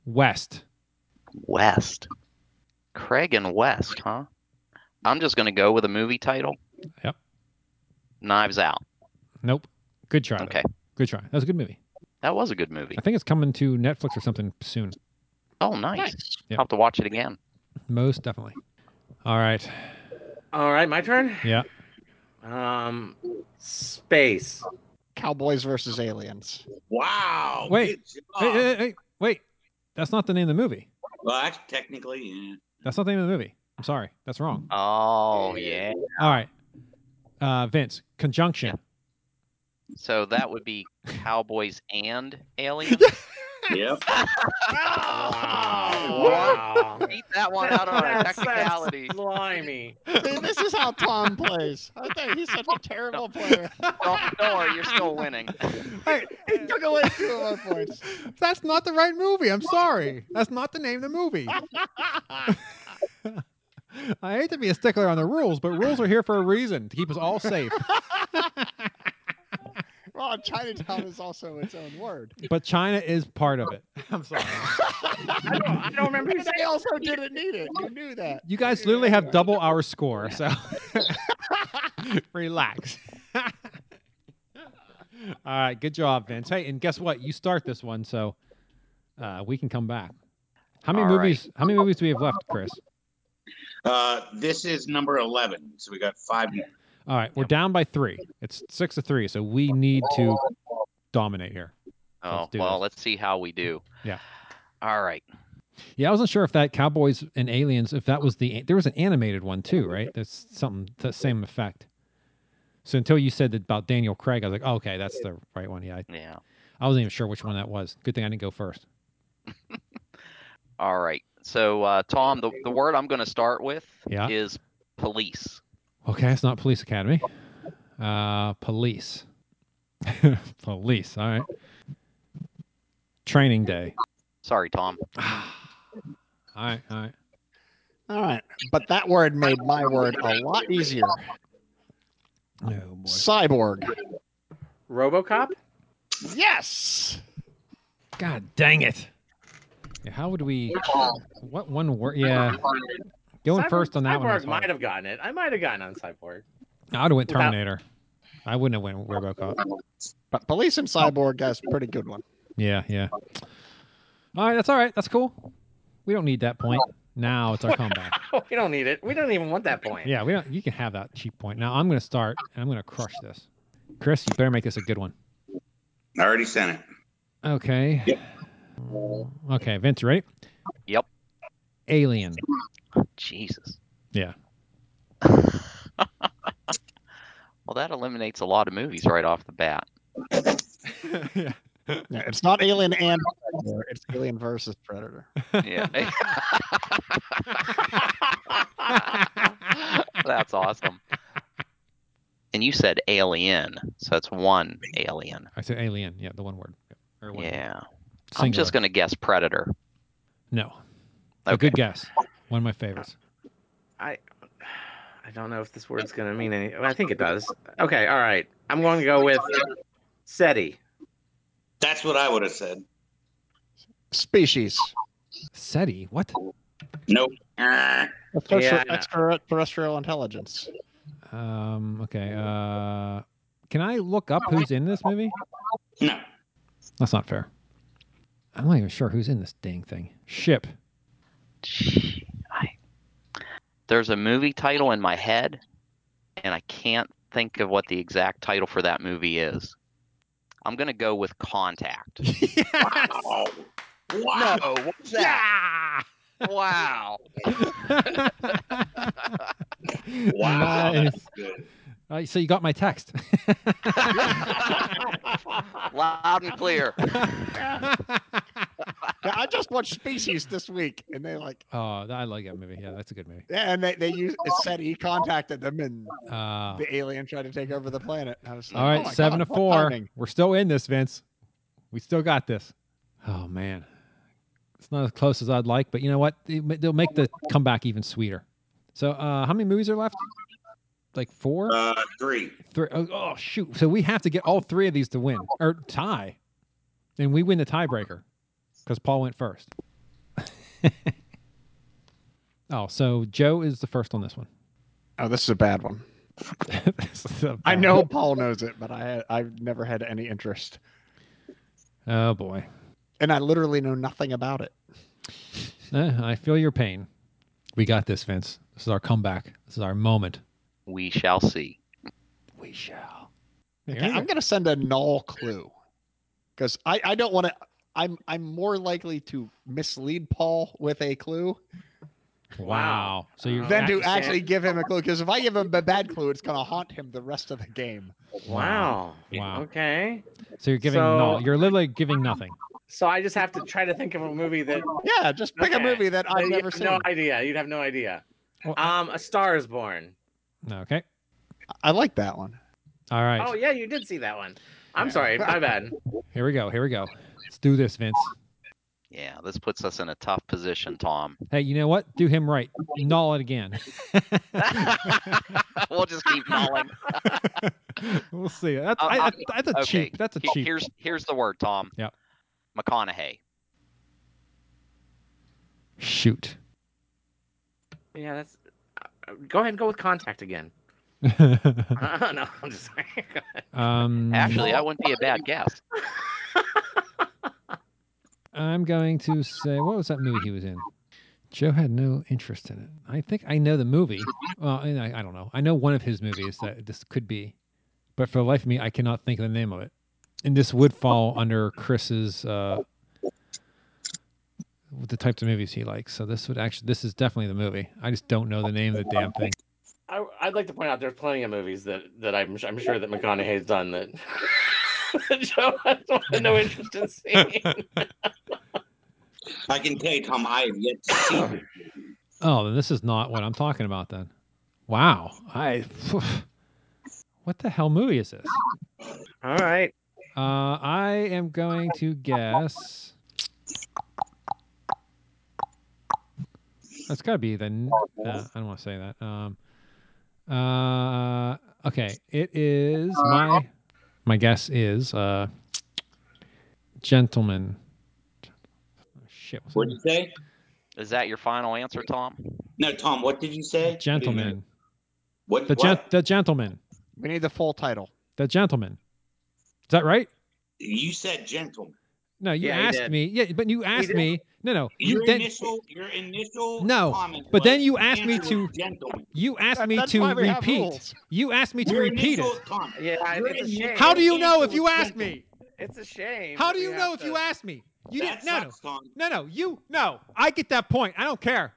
West.
West. Craig and West, huh? I'm just gonna go with a movie title.
Yep.
Knives Out.
Nope. Good try. though.
Okay.
Good try. That was a good movie.
That was a good
<laughs>
movie.
I think it's coming to Netflix or something soon.
Oh, nice.
Yep.
I'll have to watch it again.
Most definitely. All right.
All right, my turn.
Yeah.
Um, space.
Cowboys versus aliens.
Wow.
Wait. Hey,
good job.
hey, hey, wait. That's not the name of the movie.
Well, that's technically, yeah.
That's not the name of the movie. I'm sorry. That's wrong.
Oh yeah.
All right. Uh, Vince, conjunction.
So that would be Cowboys and <laughs> Aliens.
Yep.
Wow.
Beat <laughs> that one out on a
That's- that's
technicality.
Slimy.
See, this is how Tom plays. I think he's such a terrible player.
Don't, don't worry, you're still winning.
Hey, he took away two of my points.
That's not the right movie. I'm sorry. That's not the name of the movie. I hate to be a stickler on the rules, but rules are here for a reason to keep us all safe.
Well, Chinatown is also its own word.
But China is part of it. I'm sorry.
I don't, I don't remember you
They
saying.
also didn't need it. You knew that.
You guys literally have double our score, so <laughs> relax. all right, good job, Vince. Hey, and guess what? You start this one, so uh, we can come back. How many
All right.
movies? How many movies do we have left, Chris?
Uh, this is number 11, so we got five more.
All right, we're down by three. It's six to three, so we need to dominate here.
Oh
Let's do
well,
this.
let's see how we do.
Yeah.
All right.
Yeah, I wasn't sure if that Cowboys and Aliens, if that was the there was an animated one too, right? That's something the same effect. So until you said that about Daniel Craig, I was like, oh, okay, that's the right one. Yeah, I,
Yeah.
I wasn't even sure which one that was. Good thing I didn't go first.
All right. So uh, Tom, the, the word I'm going to start with
Yeah.
is police.
Okay, it's not Police Academy. Uh, police. <laughs> police. All right. Training day. <sighs>
Sorry, Tom. all
right. All right.
All right. But that word made my word a lot easier.
Oh, boy.
Cyborg.
Robocop?
Yes.
God dang it. Yeah, how would we. What one word? Yeah. Going
Cyborg-
first on that one.
Cyborg
was hard.
might have gotten it. I might have gotten on Cyborg. <laughs>
I would have went
Without-
Terminator. I wouldn't have went
<laughs>
Robocop.
But police and cyborg guy's a pretty good one.
Yeah, yeah. All right, that's all right. That's cool. We don't need that point. Now it's our comeback.
we don't need it. We don't even want that point.
Yeah, we don't. You can have that cheap point. Now I'm going to start and I'm going to crush this. Chris, you better make this a good one.
I already sent it.
Okay. Okay, Vince, you ready?
Yep.
Alien.
Jesus. <laughs>
Yeah.
Well, that eliminates a lot of movies right off the bat.
yeah.
Yeah, it's not Alien and Predator. It's Alien versus Predator.
<laughs>
Yeah. <laughs> That's awesome. And you said alien, so that's one alien.
I said alien. Yeah, the one word. Yep. Or one word.
Yeah. I'm just
Singular.
gonna guess predator.
No. A good guess. One of my favorites.
I <sighs> I don't know if this word's gonna mean any. I think it does. Okay, all right. I'm going to go with SETI.
That's what I would have said.
Species.
SETI. What?
Nope. Ah,
Extra-
Yeah, I know.
extraterrestrial intelligence.
Um. Okay. Uh. Can I look up who's in this movie?
No.
That's not fair. I'm not even sure who's in this dang thing. Ship.
There's a movie title in my head, and I can't think of what the exact title for that movie is. I'm gonna go with Contact. <laughs>
Wow. Wow. What's that?
Wow.
Wow.
Nice.
That's good.
Uh, so you got my text. <laughs>
Loud and clear.
Yeah, I just watched Species this week, and they like,
oh, I like that movie. Yeah, that's a good movie.
yeah, and they they use it said he contacted them, and
Uh,
the alien tried to take over the planet. I was like,
all right,
oh my
seven
God,
to
what
four.
timing.
We're still in this, Vince. We still got this. Oh man, it's not as close as I'd like, but you know what? They- They'll make the comeback even sweeter. So, uh, how many movies are left? Like four,
Uh, three.
three. Oh, oh shoot! So we have to get all three of these to win or tie, and we win the tiebreaker because Paul went <laughs> first. oh, so Joe is the first on this one. <laughs>
Oh, this is a bad one.
This is a
I
bad-
know Paul knows it, but I I've never had any interest,
Oh boy.
and I literally know nothing about it.
Eh, I feel your pain. We got this, Vince. This is our comeback. This is our moment.
We shall see.
We shall.
Okay,
There you
I'm
go.
gonna send a null clue because I, I don't want to. I'm I'm more likely to mislead Paul with a clue
Wow. So you're
than to
Understand.
actually give him a clue. Because if I give him a bad clue, it's gonna haunt him the rest of the game.
Wow.
Wow.
Okay.
So you're giving
So-
no. You're literally giving nothing.
So I just have to try to think of a movie that
Yeah, just pick a
Okay.
movie that I've
you
never
have
seen.
No idea. You'd have no idea.
Well,
Um, A Star Is Born.
Okay.
I like that one.
All right.
Oh yeah, you did see that one. I'm sorry. <laughs> My bad.
Here we go. Here we go. Let's do this, Vince.
Yeah, this puts us in a tough position, Tom.
Hey, you know what? Do him right. Null it again.
<laughs> we'll just keep <laughs> mulling.
<laughs> we'll see. That's,
Uh,
I,
uh,
that- that's a
okay.
cheap. That's a
He-
cheap.
Here's here's the word, Tom.
Yep.
McConaughey.
Shoot. <laughs>
Yeah, that's. uh, Go ahead and go with Contact <laughs> again. Uh, no, I'm just sorry.
um,
Actually, that wouldn't be a bad guess.
I'm going to say, what was that movie he was in? Joe had no interest in it. I think I know the movie. Well, and I, I don't know. I know one of his movies that this could be, but for the life of me, I cannot think of the name of it. And this would fall under Chris's uh, with the types of movies he likes. So this would actually, this is definitely the movie. I just don't know the name of the damn thing.
<laughs> I, I'd like to point out there's plenty of movies that, that I'm, I'm sure that McConaughey's done that, <laughs> that Joe has no interest in seeing.
I can tell you, Tom, I have yet to see <coughs> it.
Oh, then this is not what I'm talking about then. Wow. I What the hell movie is this?
<laughs> All right.
Uh, I am going to guess. That's got to be the. n- Uh, I don't want to say that. Um, uh, okay, it is my my guess is uh, gentleman. Shit, what's
What'd you say?
Is that your final answer, Tom?
No, Tom, what did you say?
gentleman?
What?
The
what?
gen- the gentleman.
We need the full title.
The gentleman. Is that right?
you said gentleman.
No, you
Yeah, he
asked
did.
me. Yeah, but you asked
did.
me. No, no. You
your
then
initial, your initial
No,
comment
but then
was
you
the
asked me
answer was
to-
gentleman.
you asked
That-
me
that's
to
why we have
repeat.
rules.
You asked me to
Your
repeat
initial
it.
comment.
Yeah, I-
Your
it's a
initial
shame.
How do you know if
answer
you
was
asked
gentleman.
me?
It's a shame.
How
that
do
we
you
have
know if
to-
you asked me? You
That
didn't. No, no,
sucks, Tom.
no, no. You no. I get that point. I don't care.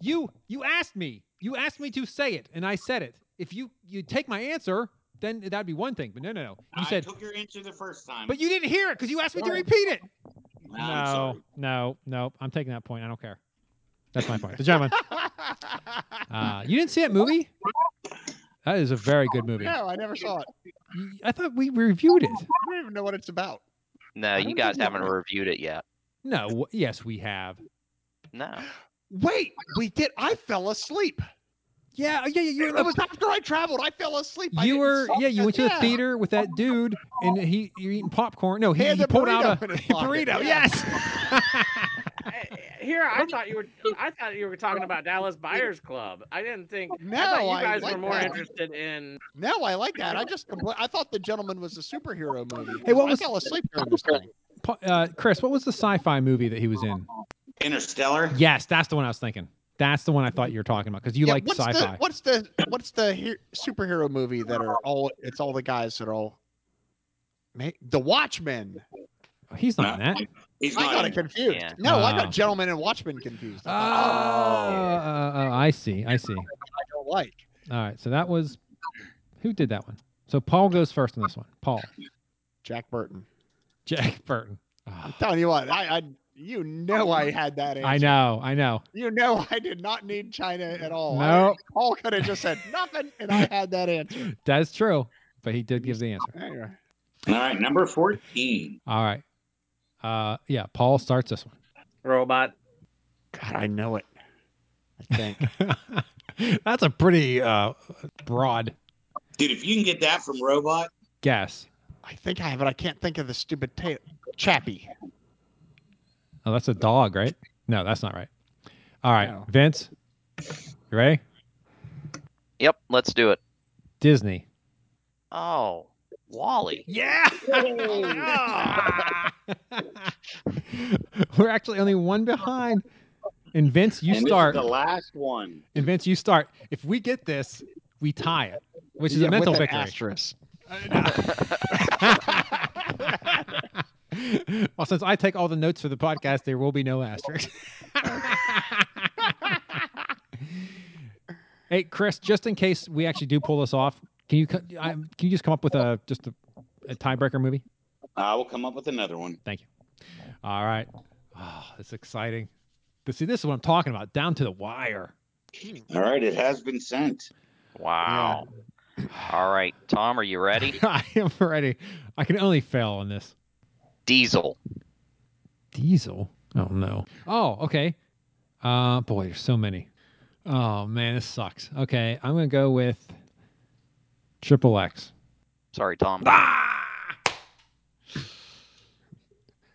You you asked me. You asked me to say it, and I said it. If you you take my answer, then that'd be one thing. But no, no, no. You
I
said,
took your answer the first time.
but you didn't hear it because you asked me to
Right.
repeat it.
No, I'm sorry.
no, no. I'm taking that point. I don't care. That's my point. The
<laughs>
gentleman. Uh, you didn't see that movie? That is a very good movie.
<laughs> No, I never saw it.
I thought we reviewed it.
I don't even know what it's about.
No, you guys haven't reviewed it yet.
No, w- yes, we have.
No.
Wait, we did. I fell asleep.
Yeah, oh, yeah, yeah. You were,
It was after I traveled. I fell asleep. I
you
didn't
were,
saw
yeah. You
it.
went to
Yeah.
the theater with that dude, and he you're eating popcorn. No, he,
He had
he
the
pulled out <laughs>
burrito
a
in his pocket,
burrito.
yeah.
Yes.
<laughs>
<laughs>
Here, I thought you were. I thought you were talking about Dallas Buyers Club. I didn't think.
No,
I thought
I
you guys
like
were more
that.
interested in.
No, I like that. I just compl- I thought the gentleman was a superhero movie.
Hey, what
I
was-
fell asleep
<laughs>
during this thing?
Pa- Uh, Chris, what was the sci-fi movie that he was in?
Interstellar.
Yes, that's the one I was thinking. That's the one I thought you were talking about because you
Yeah,
like
what's
sci-fi.
The, what's the what's the he- superhero movie that are all? It's all the guys that are all. Ma- The Watchmen.
He's not in that.
He's
I
not
got
in
it confused.
Yeah.
No, I
Ah.
got Gentleman and Watchmen confused. I
Oh,
thought,
oh, oh, I see. I see.
I don't like.
All right. So that was who did that one? So Paul goes first in this one. Paul, <laughs>
Jack Burton.
Jack Burton. Ah,
I'm telling you what, I, I you know I had that answer.
I know. I know.
You know <laughs> I did not need China at all.
No.
I, Paul could have just said nothing, and I had that answer.
That's true. But he did give the answer.
Anyway.
All right, number fourteen.
All right. Uh, yeah. Paul starts this one.
Robot.
God, I know it. I think.
<laughs> That's a pretty uh, broad
Dude, if you can get that from Robot,
guess.
I think I have it. I can't think of the stupid tail. Chappie.
Oh, that's a dog, right? No, that's not right. All right,
No.
Vince. You ready?
Yep, let's do it.
Disney.
Oh, Wally.
<laughs>
Yeah. <laughs> We're actually only one behind. And Vince, you
and this is
start.
the last one.
And Vince, you start. If we get this, we tie it, which is
Yeah,
a
with
mental
an
victory.
asterisk.
<laughs> well, since I take all the notes for the podcast, there will be no asterisk. <laughs> hey, Chris, just in case we actually do pull this off, can you co- I, can you just come up with a just a, a tiebreaker movie?
I will come up with another one.
Thank you. All right. Oh, it's exciting. But see, this is what I'm talking about. Down to the wire.
All right, it has been sent.
Wow. All right, Tom, are you ready?
<laughs> I am ready. I can only fail on this.
Diesel.
Diesel. Oh no. Oh, okay. Uh boy, there's so many. Oh man, this sucks. Okay, I'm gonna go with Triple <laughs> X.
Sorry, Tom.
Ah,
Uh,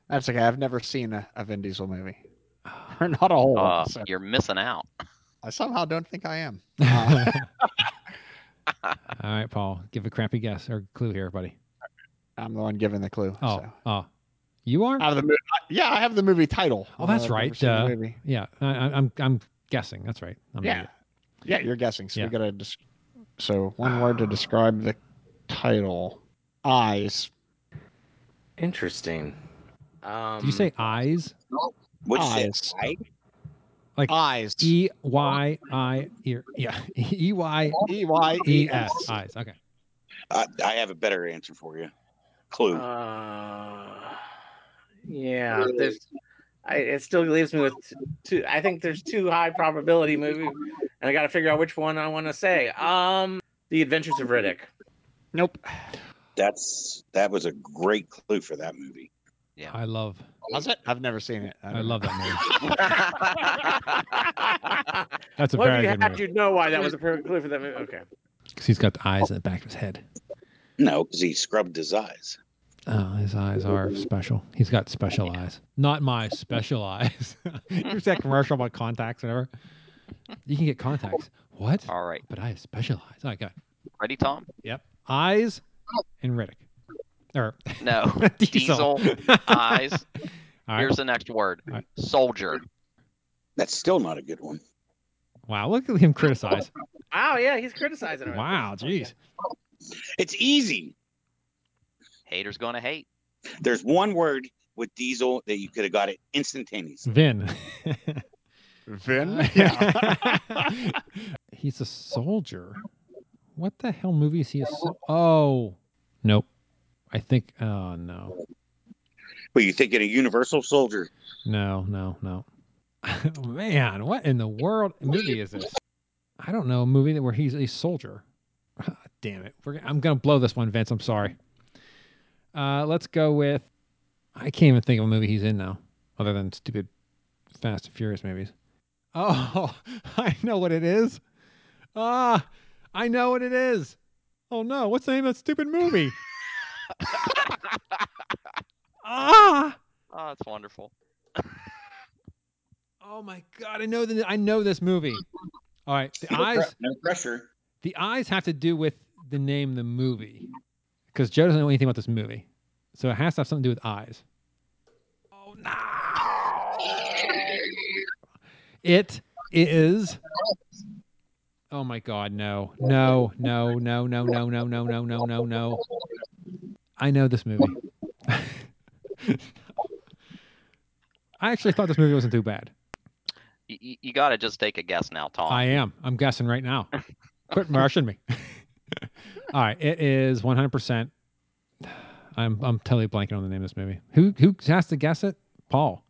That's okay. I've never seen a, a Vin Diesel movie. <laughs> Or not a whole
Uh,
one. so
you're
<laughs>
missing out.
I somehow don't think I am. Uh,
All right, Paul, give a crappy guess or clue here, buddy.
I'm the one giving the clue.
Oh,
so.
oh, you are.
I have the mo- yeah, I have the movie title.
oh, that's
I've never
right.
seen the
uh,
movie.
Yeah, I, I- I'm. I'm guessing. That's right. I'm an
Yeah.
idiot.
Yeah, you're guessing. So
Yeah.
we gotta des- so one word to describe the title. Eyes.
Interesting. Um,
Did you say eyes?
Which
Eyes.
Like
Eyes.
E Y I ear. Yeah, <laughs> E Y
E Y
E S eyes. Okay.
I, I have a better answer for you. Clue.
Uh, yeah, there's. I, it still leaves me with t- two. I think there's two high probability movies, and I got to figure out which one I want to say. Um, The Adventures of Riddick.
Nope.
That's that was a great clue for that movie.
Yeah.
I love.
Was it? I've never seen it.
I love that movie. That's a
Well,
very
you
good
had
movie.
to know why that was a perfect clue for that movie. Okay.
Because he's got the eyes in the back of his head.
No, because he scrubbed his eyes.
Oh, his eyes are special. He's got special eyes. Not my special eyes. <laughs> you ever see that commercial about contacts, whatever? You can get contacts. What?
All right.
But I have special eyes. Oh, God.
Ready, Tom?
Yep. Eyes and Riddick. Or <laughs>
No.
Diesel. <laughs>
Diesel. eyes.
All right.
Here's the next word.
All right.
Soldier.
That's still not a good one.
Wow, look at him criticize.
Wow. Yeah, he's criticizing it.
Wow, jeez.
It's easy.
Haters gonna hate.
There's one word with diesel that you could have got it instantaneously.
Vin. <laughs>
Vin? Yeah.
He's a soldier. What the hell movie is he a sol- Oh. Nope. I think oh no.
But you thinking a universal soldier?
No, no, <laughs> no. Oh, Man, what in the world movie is this? I don't know a movie that where he's a soldier. <laughs> Ah, Damn it. We're, I'm going to blow this one, Vince. I'm sorry. Uh, let's go with I can't even think of a movie he's in now other than stupid Fast and Furious movies. Oh, <laughs> I know what it is. Ah, I know what it is. Oh no, what's the name of that stupid movie? ah!
Oh, that's wonderful.
Oh my god, I know the I know this movie. All right, the eyes
No pressure.
the eyes have to do with the name of the movie because Joe doesn't know anything about this movie, so it has to have something to do with eyes. It is. Oh my God! No! No! No! No! No! No! No! No! No! No! No! No! I know this movie. <laughs> I actually thought this movie wasn't too bad.
You, you, you gotta just take a guess now, Tom.
I am. I'm guessing right now. Quit rushing
<laughs>
me. All right, it is 100%. I'm I'm totally blanking on the name of this movie. Who who has to guess it? Paul.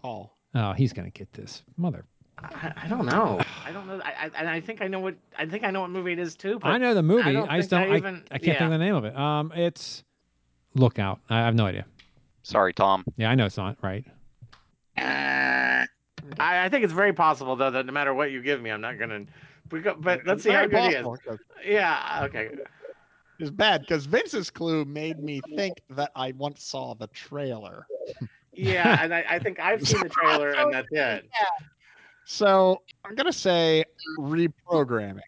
Paul.
Oh, he's gonna get this. Mother.
I, I
<sighs>
don't know. I don't know. I, I and I think I know what I think I know what movie it is too. But
I know the movie. I,
don't
just
think
don't. I, I can't
yeah.
think of the name of it. Um, it's Look Out. I have no idea.
Sorry, Tom.
Yeah, I know it's not right.
Ah,
I, I think it's very possible though that no matter what you give me, I'm not gonna. we go- But let's see how
Very
good he is.
possible, 'cause
Yeah. Okay.
It's bad because Vince's clue made me think that I once saw the trailer.
Yeah, and I, I think I've seen the
<laughs>
trailer, and that's it.
So I'm gonna say reprogramming.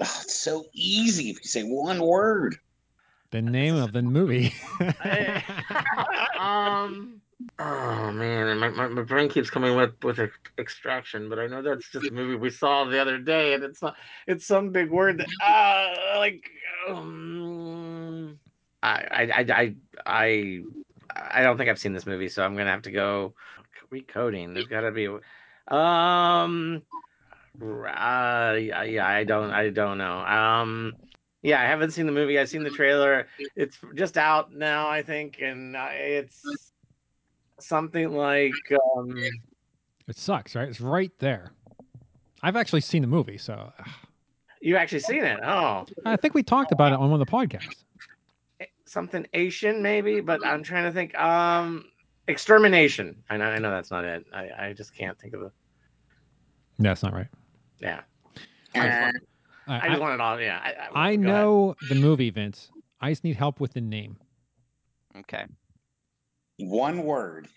Oh, it's so easy if you say one word.
The name of the movie.
um. Oh man, my, my, my brain keeps coming with with ex- extraction, but I know that's just a movie we saw the other day, and it's not. It's some big word that uh like. Um, I, I I I I I don't think I've seen this movie, so I'm gonna have to go recoding. There's gotta be. a- Um. Uh, yeah, yeah, I don't. I don't know. Um. Yeah, I haven't seen the movie. I've seen the trailer. It's just out now, I think, and uh, it's something like um,
<laughs> it sucks, right? It's right there. I've actually seen the movie, so ugh.
you actually seen it. Oh, eh,
I think we talked about it on one of the podcasts.
something Asian maybe, but I'm trying to think. Um, extermination. I know, I know that's not it. I, I just can't think of the.
No, it's not right.
Yeah,
All right,
I
I-
just want it all. Yeah, I, I,
Uh, I
go ahead.
know the movie, Vince. I just need help with the name. <laughs>
Okay.
One word.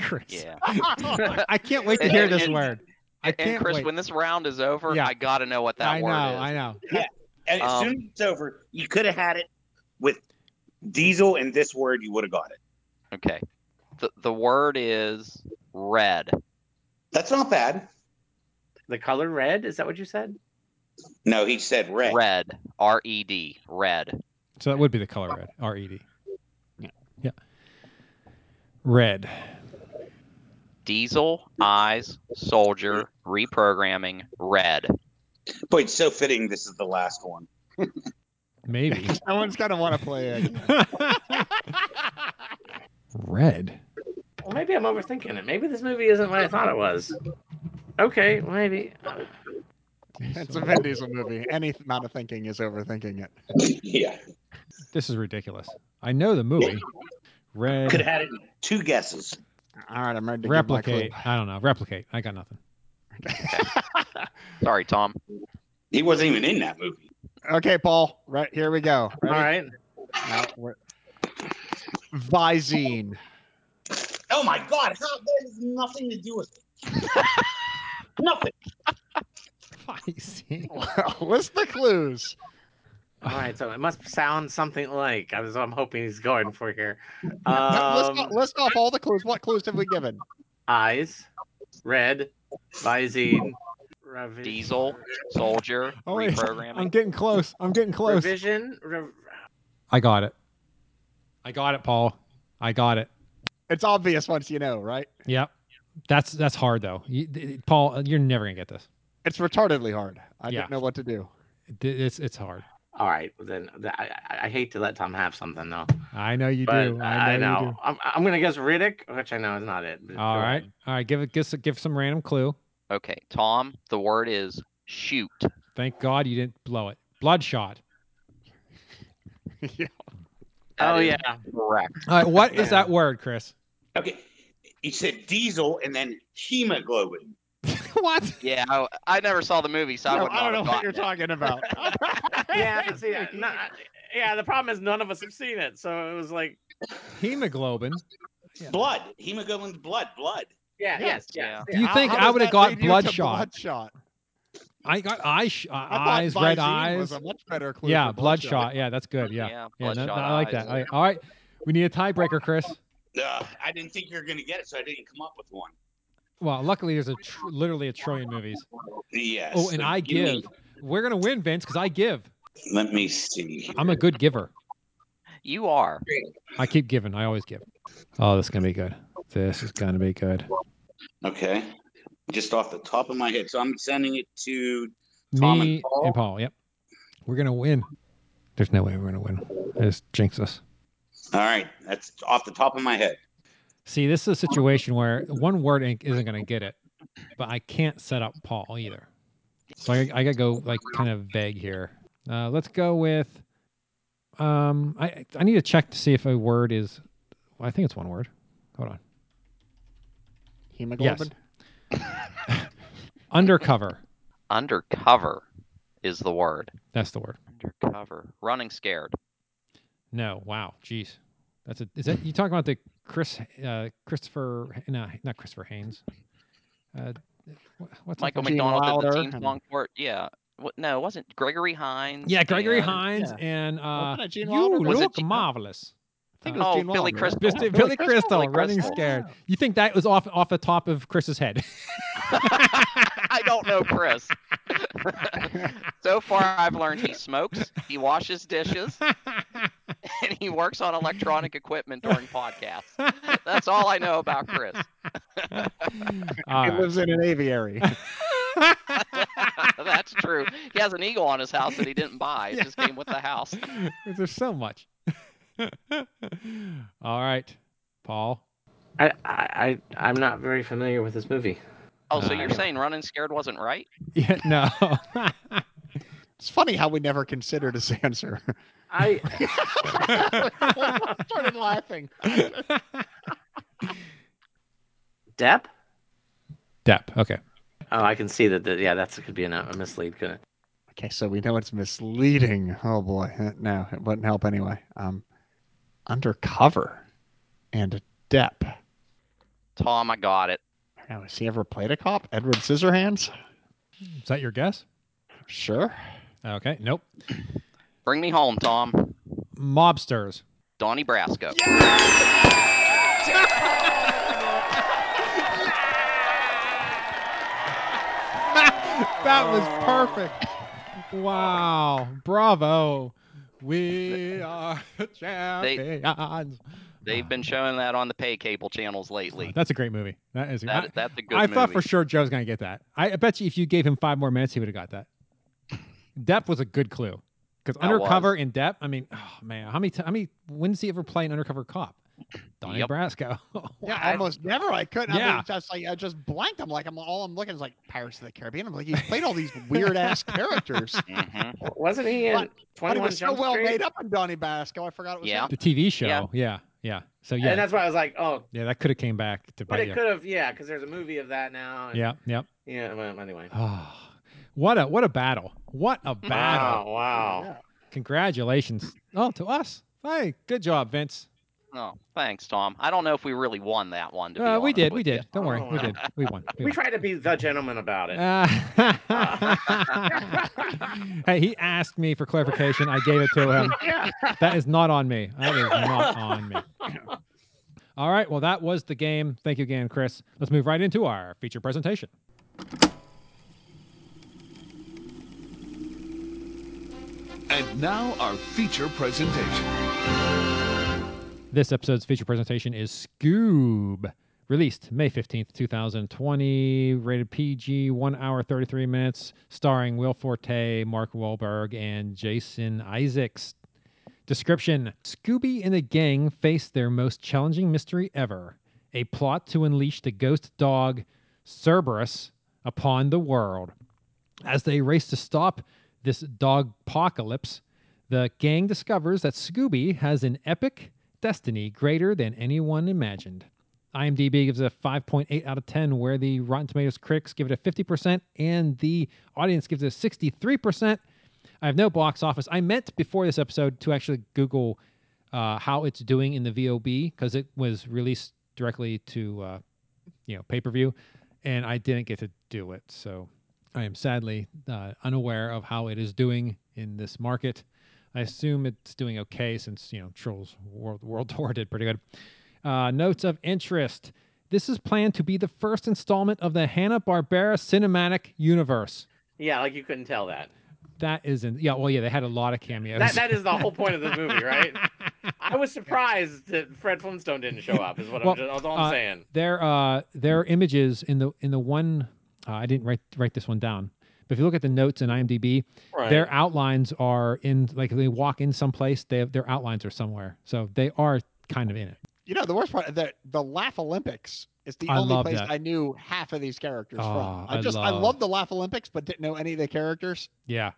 Chris.
Yeah.
<laughs> I can't wait to hear this word. I
and
can't
Chris,
wait.
when this round is over,
Yeah.
I gotta know what that
I know,
word is.
I know.
And
Um,
as soon as it's over, you could have had it with diesel and this word, you would have got it.
Okay. The the word is red.
That's not bad.
the color red. Is that what you said?
No, he said red.
Red. R E D. Red.
So that would be the color red. R E D. Yeah. Red.
Diesel, eyes, soldier, reprogramming, red.
Boy, it's so fitting. This is the last one.
<laughs>
Maybe.
Someone's gonna want to
<laughs>
play it.
red.
Well, maybe I'm overthinking it. Maybe this movie isn't what I thought it was. Okay, maybe.
It's a Vin Diesel movie. Any amount of thinking is overthinking it.
yeah.
This is ridiculous. I know the movie. Red.
Could have had it in two guesses.
All right, I'm ready to give my clue.
replicate. I don't know. Replicate. I got <laughs> nothing.
Sorry, Tom.
He wasn't even in that movie.
Okay, Paul. Right here we go. Ready?
All right.
Now we're- Visine. <laughs>
Oh my God! How that has nothing to do with <laughs> it. nothing.
Visine.
What's the clues?
All right, so it must sound something like. I was. I'm hoping he's going for here.
list, off,
Um,
list off all the clues. What clues have we given?
eyes, red, visine, revi-
Diesel, Soldier,
Oh, wait. <laughs> I'm
reprogramming.
getting close. I'm getting close.
revision. Re-
I got it. I got it, Paul. I got it.
It's obvious once you know, right?
Yep. That's that's hard though. You, th- th- Paul, you're never gonna get this.
It's retardedly hard. I
Yeah.
didn't know what to do. <laughs>
Th- It's it's hard.
All right, then th- I, I- I hate to let Tom have something though.
I know you
but
do. I know, you do.
I'm, I'm gonna guess Riddick, which I know is not it. but
All
go
right.
ahead.
All right. Give it. Give, s- give some random clue.
Okay, Tom. The word is shoot.
Thank God you didn't blow it. Bloodshot.
<laughs> yeah.
That
Oh
is
yeah, <laughs>
correct.
All right. What is
Yeah.
that word, Chris?
Okay. He said diesel and then hemoglobin.
what?
Yeah, I, I never saw the movie, so I
No,
would not
I don't know
have
what
<laughs>
gotten
you're
it.
talking
<laughs>
about.
yeah. See, I- no, I- yeah. The problem is none of us have seen it, so it was like,
Hemoglobin. Yeah.
Blood. Hemoglobin's blood. Blood.
yeah, yes,
Yes,
yes.
Do you
How-
think
how
I
does
would have
that
got
lead you to
bloodshot?
Bloodshot.
I got eye sh- uh,
I thought
eyes, red
Visine
eyes.
Was a much better clue.
Yeah,
for
bloodshot. Yeah, that's good. Yeah,
Yeah,
yeah. no-
bloodshot
I like that.
eyes.
I- All right, we need a tiebreaker, Chris.
Uh, I didn't think you were going to get it, so I didn't come up with one.
Well, luckily there's a tr- literally a trillion movies.
Yes.
Oh, and I
Give me-
give. We're gonna win, Vince, because I give.
Let me see.
I'm a good giver.
You are.
I keep giving. I always give. Oh, this is gonna be good. This is gonna be good.
Okay. Just off the top of my head. So I'm sending it to Tom and
Me and Paul. Yep. We're gonna win. There's no way we're gonna win. This jinx us.
All right. That's off the top of my head.
See, this is a situation where one word ink isn't gonna get it, but I can't set up Paul either. So I, I gotta go like kind of vague here. Uh, let's go with. Um, I I need to check to see if a word is. I think it's one word. Hold on.
Hemoglobin.
Undercover.
Undercover is the word.
That's the word.
Undercover. Running scared.
No. Wow. Jeez. That's a. Is that you talking about the Chris uh, Christopher? No, not Christopher Haynes. Uh, wha- what's that
Michael
guy's-
Gene
McDonald did
Wilder
the team
and-
song for it. Yeah. What, no, it wasn't Gregory Hines.
Yeah, Gregory
and-
Hines
Yeah.
and uh,
Wasn't it Oh, Gene
you
Wilder?
Was it
look
Gene-
marvelous.
I think it was
Oh,
Gene
Billy
Wilder.
Crystal.
Billy,
<laughs>
Billy, Crystal,
Billy
running
Crystal.
scared. You think that was off off the top of Chris's
<laughs>
head? <laughs>
I don't know Chris. so far, I've learned he smokes, he washes dishes, <laughs> and he works on electronic equipment during podcasts.
Oh.
That's all I know about Chris. <laughs>
All
He
right.
lives in an aviary. <laughs>
That's true. He has an eagle on his house that he didn't buy. It just came with the house.
<laughs> There's so much. <laughs> All right, Paul. <laughs>
I, I, I, I'm not very familiar with this movie.
Oh, so
Uh,
you're saying running scared wasn't right?
Yeah, no. <laughs>
It's funny how we never considered his answer. <laughs>
<laughs> I,
started laughing.
Depp.
Depp. Okay.
Oh, I can see that. that yeah, that's could be an, a mislead. Couldn't it?
Okay, so we know it's misleading. Oh boy, Uh, no, it wouldn't help anyway. Um, undercover and Depp.
Tom, I got it.
Now, has he ever played a cop? Edward Scissorhands?
Is that your guess?
Sure.
Okay. Nope.
Bring me home, Tom.
Mobsters.
Donnie Brasco.
that was perfect. Wow. Bravo. We are champions.
They've been showing that on the pay cable channels lately.
That's a great movie. That is.
That, that's a good
I
movie.
thought for sure Joe was gonna get that. I, I bet you if you gave him five more minutes, he would have got that. Depp was a good clue because
That was.
undercover in Depp. I mean, oh man, how many t- how many when does he ever play an undercover cop? Donnie Brasco. <laughs>
yeah, almost never. I couldn't. I
Yeah.
mean, just like I just blanked. I'm like, I'm all I'm looking is like Pirates of the Caribbean. I'm like, he's played all these weird ass characters.
Wasn't he in
But- But it
21
was so
Jump
well
Street?
made up in Donnie Brasco. I forgot it was him.
the TV show.
Yeah.
Yeah, yeah. So yeah,
And that's why I was like, oh,
yeah, that could have came back to
but
bite
it
you.
could have, yeah, because there's a movie of that now. and-
Yeah, yeah.
Yeah. Well, anyway.
Ah, what a what a battle! What a battle!
Wow. Wow.
Congratulations! Oh, to us. Hey, good job, Vince.
Oh, thanks, Tom. I don't know if we really won that one. To be
Uh, we
honest
did,
with
we did.
you.
Don't worry, we
Oh,
did. We won. We
We
won.
<laughs> tried to be the gentleman about it.
Ah. <laughs> hey, he asked me for clarification. I gave it to him. That is not on me. That is not on me. All right. Well, that was the game. Thank you again, Chris. Let's move right into our feature presentation.
And now our feature presentation.
This episode's feature presentation is Scoob, released May 15th, 2020, rated PG, 1 hour 33 minutes, starring Will Forte, Mark Wahlberg, and Jason Isaacs. Description Scooby and the gang face their most challenging mystery ever a plot to unleash the ghost dog Cerberus upon the world. As they race to stop this dog apocalypse, the gang discovers that Scooby has an epic destiny greater than anyone imagined. IMDb gives it a 5.8 out of 10, where the Rotten Tomatoes critics give it a 50% and the audience gives it a 63%. I have no box office. I meant before this episode to actually Google uh, how it's doing in the VOB because it was released directly to uh, you know pay per view, and I didn't get to do it. So I am sadly uh, unaware of how it is doing in this market. I assume it's doing okay since you know Trolls World World <laughs> Tour did pretty good. Uh, notes of interest. This is planned to be the first installment of the Hanna Barbera cinematic universe.
Yeah, like you couldn't tell that.
That isn't. Yeah. Well, yeah. They had a lot of cameos.
That that is the whole point
<laughs>
of the movie, right? I was surprised that Fred Flintstone didn't show up. Is what
Well,
I'm, just, that's all I'm
uh,
saying.
Their uh, their images in the in the one uh, I didn't write write this one down, but if you look at the notes in IMDb,
Right.
their outlines are in like they walk in someplace, they their outlines are somewhere, so they are kind of in it.
You know the worst part the the Laugh Olympics is the
I
only
love
place
that.
I knew half of these characters
Oh,
from. I
I
just I
love-
love the Laugh Olympics, but didn't know any of
<laughs>
the characters,
Yeah,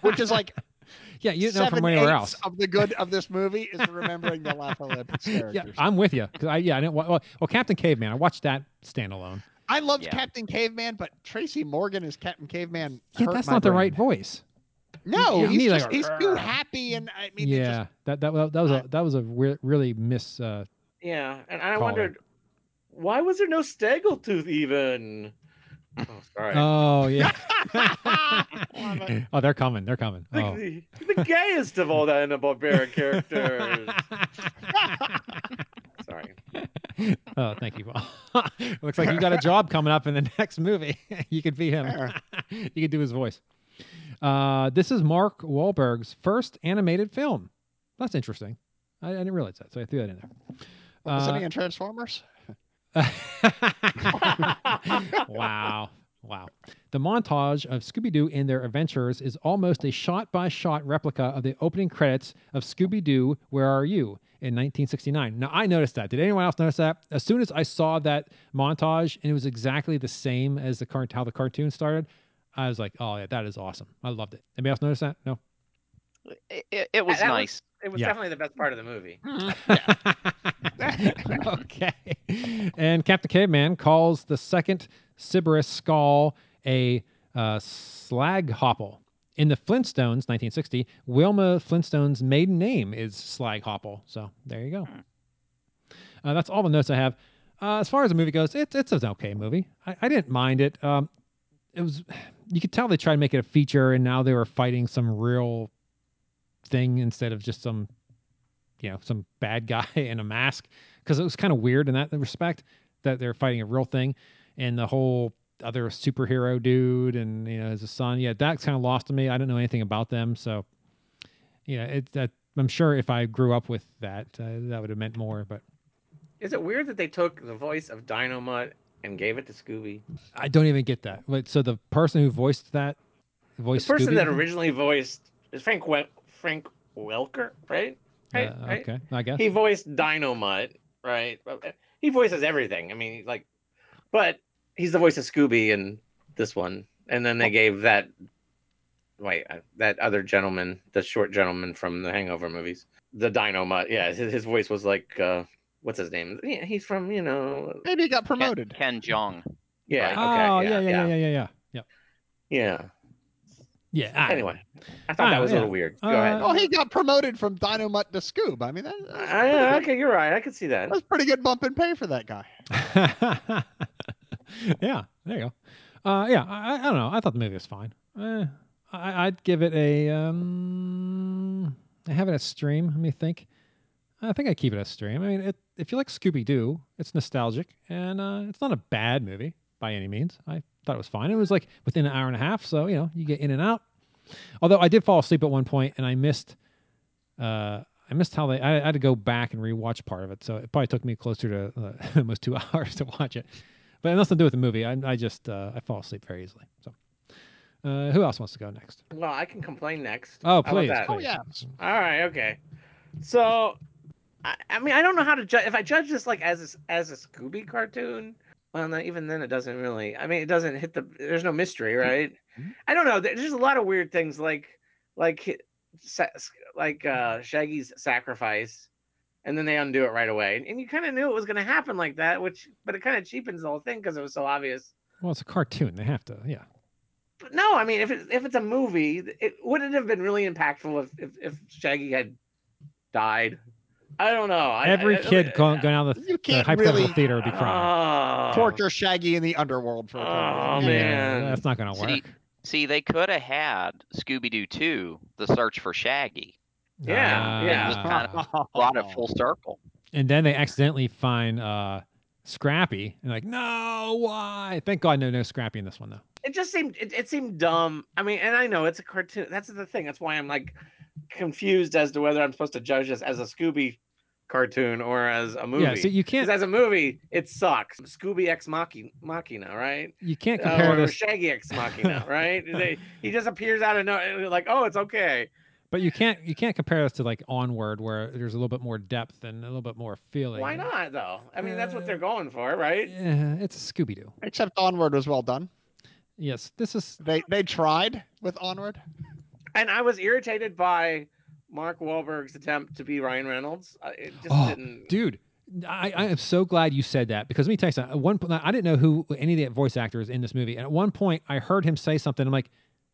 which is like
<laughs> yeah, you didn't know from
seven
anywhere
eighths
else.
Of the good
<laughs>
of this movie is remembering the Laugh Olympics characters.
Yeah, I'm with you. 'Cause I yeah, I didn't. wa- Well, well, Captain Caveman, I watched that standalone.
I loved
Yeah.
Captain Caveman, but Tracy Morgan is Captain Caveman.
Yeah,
hurt
that's
my
not the
brain.
right voice.
No,
Yeah,
he's,
me
just,
like,
he's too happy, and I mean,
yeah, that, that that was a that was a re- really miss. Uh,
Yeah, and I
Colin.
wondered why was there no Snaggletooth even. Oh, sorry.
Oh
<laughs>
yeah. <laughs> oh, they're coming. They're coming.
The,
Oh.
the, the gayest of all the Anna Barbera characters. Sorry.
<laughs> oh, thank you. Paul. <laughs> Looks like you got a job coming up in the next movie. <laughs> you could be him. <laughs> you could do his voice. Uh, this is Mark Wahlberg's first animated film. That's interesting. I, I didn't realize that, so I threw that in there.
was
Uh,
any in Transformers?
<laughs> wow. Wow. The montage of Scooby Doo and their adventures is almost a shot by shot replica of the opening credits of Scooby Doo, Where Are You? in 1969. Now, I noticed that. Did anyone else notice that? As soon as I saw that montage and it was exactly the same as the cart- how the cartoon started, I was like, oh, yeah, that is awesome. I loved it. Anybody else notice that? No?
It, it, it was
That- that
nice.
it was
Yeah.
definitely the best part of the movie.
okay. And Captain Caveman calls the second Sybaris skull a uh, slag hopple. In the Flintstones, 1960, Wilma Flintstone's maiden name is Slag Hopple. So there you go. Uh, that's all the notes I have. Uh, as far as the movie goes, it's it's an okay movie. I, I didn't mind it. Um, it was you could tell they tried to make it a feature, and now they were fighting some real thing instead of just some you know some bad guy <laughs> in a mask because it was kind of weird in that respect that they're fighting a real thing and the whole other superhero dude and you know his son yeah that's kind of lost to me i don't know anything about them so yeah it that i'm sure if i grew up with that uh, that would have meant more but
Is it weird that they took the voice of Dynamite and gave it to Scooby?
i don't even get that Wait, so the person who voiced that
The
voiced
person
Scooby?
that originally voiced is Frank we- Frank Welker, right? I-
Uh,
I-
okay, I guess.
He voiced Dynamite, right? But He voices everything. I mean, he's like, but he's the voice of Scooby in this one. And then they gave that, wait, uh, that other gentleman, the short gentleman from the Hangover movies, the Dynamite. Yeah, his, his voice was like, uh, what's his name? Yeah, he's from, you know.
Maybe he got promoted.
Ken Jong.
Yeah. Okay.
oh yeah,
yeah,
yeah, yeah, yeah, yeah, yeah. Yep.
Yeah.
Yeah. I-
Anyway, I thought
Ah,
that was
yeah.
a little weird. Go
Uh,
ahead.
Oh, he got promoted from Dynamite to Scoob. I mean, that, that's,
Ah, yeah, okay, you're right. I could see that.
that's pretty good bump in pay for that guy.
<laughs> yeah, there you go. Uh, yeah, I, I don't know. I thought the movie was fine. Eh, I, I'd give it a. Um, I have it as stream. Let me think. I think I keep it as stream. I mean, it, if you like Scooby Doo, it's nostalgic and uh, it's not a bad movie by any means. I thought it was fine. It was like within an hour and a half, so you know you get in and out. Although I did fall asleep at one point and I missed. Uh, I missed how they. I, I had to go back and rewatch part of it, so it probably took me closer to uh, <laughs> almost two hours to watch it. But it has nothing to do with the movie. I, I just uh, I fall asleep very easily. So, uh, who else wants to go next?
Well, I can complain next.
Oh,
How about
please,
that?
please. Oh,
All right. Okay. So, I, I mean, I don't know how to judge. If I judge this like as a, as a Scooby cartoon, well, no, even then it doesn't really. I mean, it doesn't hit the. There's no mystery, right? I don't know. There- There's a lot of weird things like like hi- sa- like uh, Shaggy's sacrifice, and then they undo it right away, and, you kind of knew it was going to happen like that, which but it kind of cheapens the whole thing because it was so obvious.
Well, it's a cartoon. They have to. Yeah.
But no, I mean, if it, if it's a movie, it wouldn't have been really impactful if if, if Shaggy had died. I don't know. I,
Every
I-
kid going, going out of the,
You
the
can't
hypothetical
really-
theater would be crying.
Oh,
Torture Shaggy in the underworld for a
Oh,
time.
man.
That's not going to work.
See, see, they could have had Scooby Doo 2, The Search for Shaggy.
yeah,
Uh,
It was
yeah.
kind of brought it full circle.
And then they accidentally find uh, Scrappy and like, no, why? Thank God, no, no Scrappy in this one though.
It just seemed it, it seemed dumb. I mean, and I know it's a cartoon. That's the thing. That's why I'm like confused as to whether I'm supposed to judge this as a Scooby cartoon or as a movie.
Yeah, so you can't
'Cause as a movie, it sucks. Scooby X Machi- Machina, right?
you can't
Uh,
compare
or
this,
Shaggy
<laughs>
X Machina, right? they, he just appears out of nowhere, like, oh, it's okay.
but you can't you can't compare this to like Onward where there's a little bit more depth and a little bit more feeling.
Why not though? I mean, that's what they're going for, right?
Uh, Yeah, it's Scooby Doo.
Except Onward was well done.
Yes, this is
They they tried with Onward.
And I was irritated by Mark Wahlberg's attempt to be Ryan Reynolds. I- It just
Oh,
didn't.
dude. I, I am so glad you said that because let me tell you something. At one point, I didn't know who any of the voice actors in this movie, and at one point, I heard him say something. I'm like,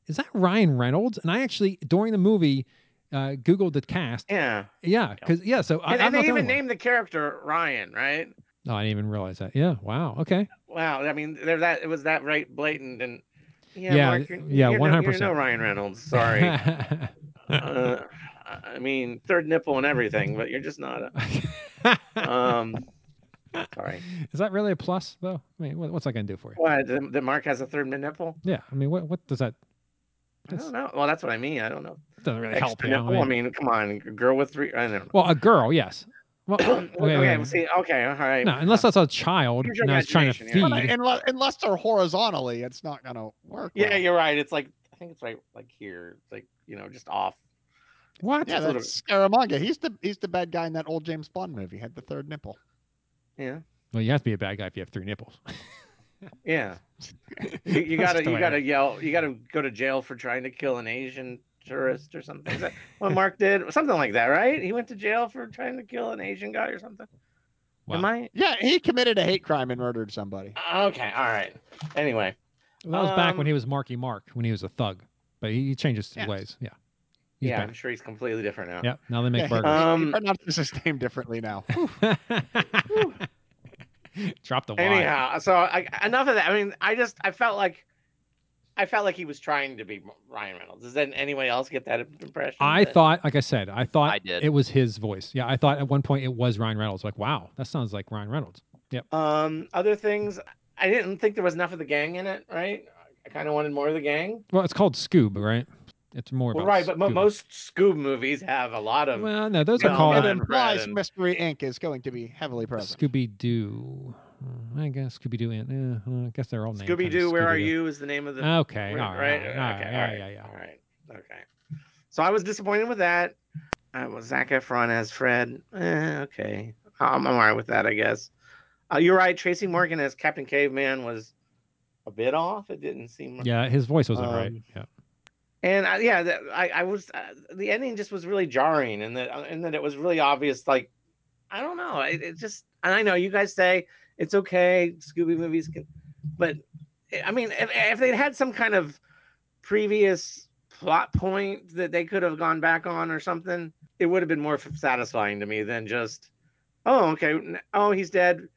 "Is that Ryan Reynolds?" And I actually, during the movie, uh, googled the cast.
Yeah.
Yeah, because yeah. So I, I'm
And, and
not
they
the
even
only one.
named the character Ryan, right?
No, Oh, I didn't even realize that. Yeah. Wow. Okay.
Wow. I mean, they're that it was that right blatant and yeah,
Yeah,
Mark, you're,
yeah,
you're no-
100%.
You're no
<laughs>
Ryan Reynolds. Sorry. uh, I mean, third nipple and everything, but you're just not. A, um, sorry.
Is that really a plus though? I mean, what, what's that gonna do for you?
What? That that Mark has a third nipple?
Yeah. I mean, what what does that
I don't know. Well, that's what I mean. I don't know.
doesn't really help
Extra
you? know?
nipple. I mean, come on, a girl with three. I
<coughs>
don't know.
well, a girl, yes. Well,
<coughs>
okay,
okay,
okay.
well, see, okay, all right.
No, unless that's a child
Use your
and I was trying to feed.
imagination,
But unless, unless they're horizontally, it's not gonna work.
yeah,
well.
you're right. It's like I think it's right, like here, it's like you know, just off.
What?
yeah.
sort of-
That's Scaramanga. He's the he's the bad guy in that old James Bond movie. Had the third nipple.
Yeah,
Well, you have to be a bad guy if you have three nipples. <laughs>
yeah. You, you
That's
gotta,
the
you
way
gotta yell. You gotta go to jail for trying to kill an Asian tourist or
<laughs>
something. Is that what Mark did? Something like that, right? He went to jail for trying to kill an Asian guy or something.
Wow.
Am I?
Yeah, he committed a hate crime and murdered somebody.
Okay, all right. Anyway,
Well, that was back when
Um,
he was Marky Mark, when he was a thug. But he, he changes his
Yeah.
ways. Yeah. He's
yeah,
back.
I'm sure he's completely different now.
Yep. Now they make
Yeah,
burgers.
Um,
he pronounces his <laughs> name
<laughs>
differently now.
<laughs> Drop the Y.
uh, Anyhow, so I, enough of that. I mean, I just I felt like I felt like he was trying to be Ryan Reynolds. Does then anyone else get that impression?
I
that-
thought, like I said, I thought
I did.
it was his voice. Yeah, I thought at one point it was Ryan Reynolds. Like, wow, that sounds like Ryan Reynolds.
Um, other things, I didn't think there was enough of the gang in it. Right? I kind of wanted more of the gang.
Well, it's called Scoob, right? It's more
Well,
about
right, but mo
Scoob.
most Scoob movies have a lot of.
well, no, those
No,
are
it
called
it
Brad
implies
Um, and-
Mystery Inc. is going to be heavily present.
Scooby Doo. Hmm, I guess Scooby Doo and yeah, well, I guess they're all named.
Scooby Doo, Where Are You? Is the name of the.
Okay,
Right.
all right, all
right?
right,
okay.
yeah,
all right,
yeah, yeah.
All right. Okay. So I was disappointed with that. Uh, well, Zac Efron as Fred. Eh, okay, I'm, I'm all right with that, I guess. Uh, you're right. Tracy Morgan as Captain Caveman was a bit off. It didn't seem.
Yeah, his voice wasn't
Um,
right. Yeah.
And I, yeah, that, I, I was uh, the ending just was really jarring, and that and that it was really obvious. Like, I don't know, it, it just and I know you guys say it's okay, Scooby movies can, but eh, I mean, if, if they'd had some kind of previous plot point that they could have gone back on or something, it would have been more satisfying to me than just, oh, okay, n- oh, he's dead.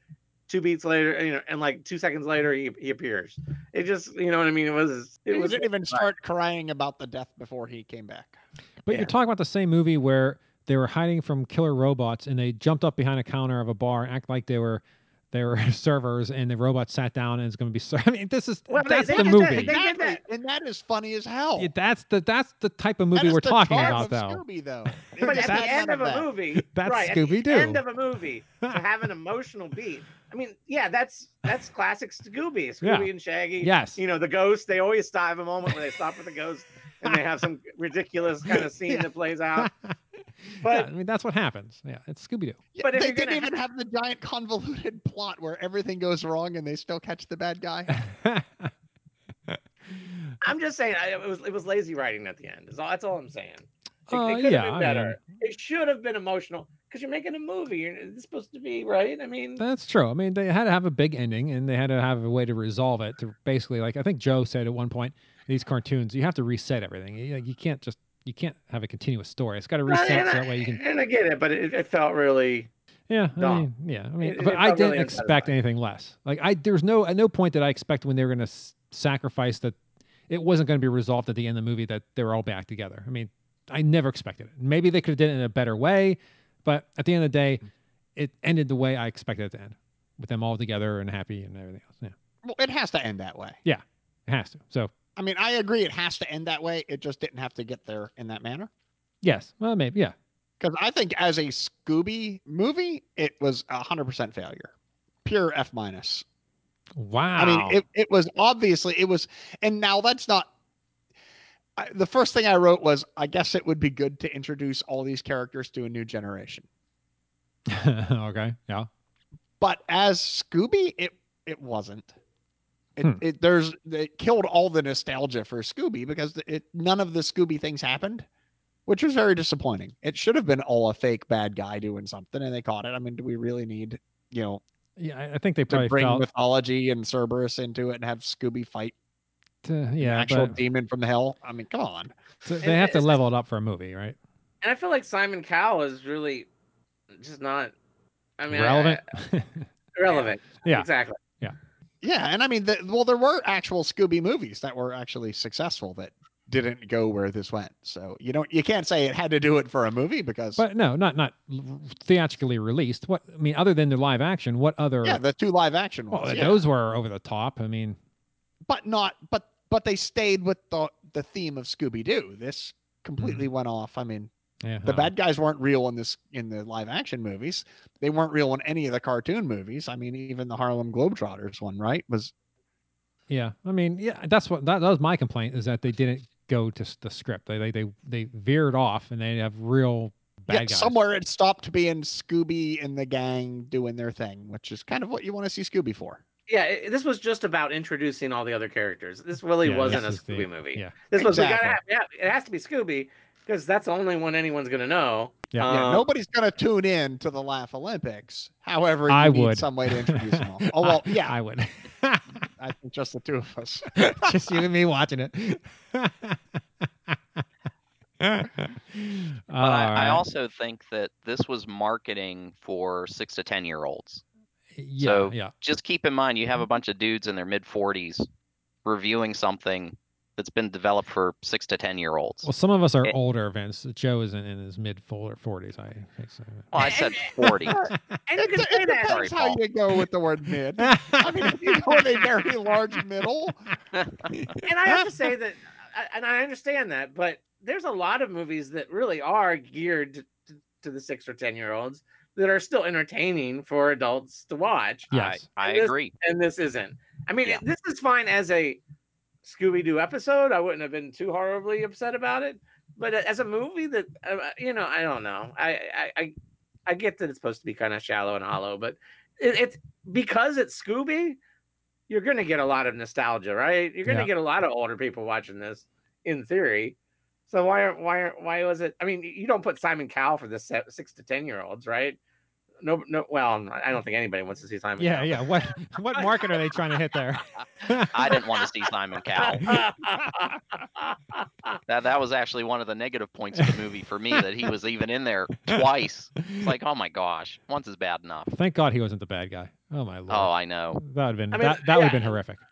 Two beats later, you know, and like two seconds later, he, he appears. It just, you know what I mean. It was, it
He
was
didn't even start crying about the death before he came back.
But you're talking about the same movie where they were hiding from killer robots and they jumped up behind a counter of a bar and act like they were they were <laughs> servers and the robots sat down and it's going to be ser- <laughs> I mean this is
Well, they-
that's
they
the
did that-
movie.
they did that, and that is funny as hell.
Yeah, that's the that's the type of movie
is
we're
the
talking about
charm of
though.
Scooby <laughs> though.
But at
That's
the end of
none of
a
that.
movie,
That's
right, at the
Scooby-Doo.
End of a movie to have an emotional beat. I mean, yeah, that's that's
<laughs>
classic Scooby. Scooby
Yeah.
and Shaggy.
Yes.
You know the ghost. They always stop a moment where they stop with the ghost and they have some ridiculous kind
<laughs>
of scene that plays out.
But I mean that's what happens. Yeah, it's Scooby <laughs> Doo.
Yeah,
But if
they
you're gonna
didn't even have the giant convoluted <laughs> plot where everything goes wrong and they still catch the bad guy.
I'm just saying I, it was it was lazy writing at the end. Is all that's all I'm saying. It,
Uh,
it could
yeah,
have
I
been better. It should have been emotional because you're making a movie. You're, it's supposed to be right. I mean,
That's true. I mean, they had to have a big ending and they had to have a way to resolve it to basically like I think Joe said at one point, these cartoons, you have to reset everything. You, like, you can't just you can't have a continuous story. It's got to
Right,
reset
and
so
I-
that way you can
and I get it, but it, it felt really.
Yeah, I
Dumb.
mean, yeah. I mean,
It- it
but I
felt really
didn't expect anything less. Like I, there was no at no point that I expected when they were going to s- sacrifice that it wasn't going to be resolved at the end of the movie that they were all back together. I mean, I never expected it. Maybe they could have done it in a better way, but at the end of the day, it ended the way I expected it to end, with them all together and happy and everything else. Yeah,
Well, it has to end that way.
yeah, it has to. So
I mean, I agree it has to end that way. It just didn't have to get there in that manner.
yes, well, maybe yeah.
Because I think as a Scooby movie, it was a hundred percent failure, pure F minus.
Wow.
I mean, it, it was obviously it was, and now that's not. I, the first thing I wrote was, I guess it would be good to introduce all these characters to a new generation.
<laughs> okay. Yeah.
But as Scooby, it it wasn't. It,
Hmm.
it there's it killed all the nostalgia for Scooby because it none of the Scooby things happened, which was very disappointing. It should have been all a fake bad guy doing something, and they caught it. I mean, do we really need you know
Yeah, I- I think they
to
probably
bring
felt.
mythology and Cerberus into it and have Scooby fight
uh,
an
yeah,
actual
but
demon from the hell? I mean, come on.
so they have to
It's-
level it up for a movie, right?
And I feel like Simon Cowell is really just not. I mean, I- <laughs>
Relevant.
I- relevant.
Yeah.
Exactly.
yeah.
Yeah, and I mean, the, well, there were actual Scooby movies that were actually successful that didn't go where this went. So you don't, you can't say it had to do it for a movie because
But no, not not theatrically released. What I mean, other than the live action, what other?
yeah, the two live action ones,
well,
yeah.
those were over the top. I mean,
but not, but but they stayed with the the theme of Scooby Doo. This completely
Mm-hmm.
went off. I mean,
yeah,
the
I-
bad guys weren't real in this in the live action movies. They weren't real in any of the cartoon movies. I mean, even the Harlem Globetrotters one, right? Was
Yeah, I mean, yeah, that's what that, that was my complaint is that they didn't go to s- the script. They they they, they veered off and they have real bad
yeah,
guys.
somewhere it stopped being Scooby and the gang doing their thing, which is kind of what you want to see Scooby for.
Yeah. it- this was just about introducing all the other characters. This really
Yeah,
wasn't
this
a
is the-
Scooby movie.
yeah.
This was we
Exactly.
gotta have. Yeah, it has to be Scooby because that's the only one anyone's gonna know.
Yeah.
Yeah,
Um,
nobody's gonna tune in to the Laugh Olympics. However, you
I
need
would.
some way to introduce
<laughs>
them all. Oh well, yeah,
I
<laughs>
would. <laughs>
I think just the two of us.
Just you and me watching it. <laughs>
But I, I also think that this was marketing for six to ten year olds.
yeah,
so
yeah.
just keep in mind you have a bunch of dudes in their mid forties reviewing something that's been developed for six to ten year olds.
Well, some of us are
It-
older, Vince. Joe is in, in his mid forties, I think so.
Well,
<laughs>
Oh, I said forty.
and you can say that.
it depends
Sorry,
how
Paul.
you go with the word mid. I mean, if you go in a very large middle,
and I have to say that, I- and I understand that, but there's a lot of movies that really are geared to, to, to the six or ten year olds that are still entertaining for adults to watch.
Yes.
I
And this-
agree.
and this isn't. I mean,
Yeah.
this is fine as a Scooby Doo episode. I wouldn't have been too horribly upset about it. but as a movie that uh, you know, I don't know. I I I, I get that it's supposed to be kind of shallow and hollow, but it, it's because it's Scooby. You're going to get a lot of nostalgia, right? You're going to
Yeah.
get a lot of older people watching this, in theory. So why aren't why aren't why was it? I mean, you don't put Simon Cowell for the se- six to ten year olds, right? No, no. Well, I don't think anybody wants to see Simon.
Yeah, yeah. What what market are they trying to hit there?
I didn't want to see Simon Cowell. that that was actually one of the negative points of the movie for me that he was even
<laughs>
in there twice. It's like, oh my gosh, once is bad enough.
<laughs> Thank God he wasn't the bad guy. Oh my lord.
Oh, I know.
That would have been
I mean,
that, that would have
yeah.
been horrific.
<laughs>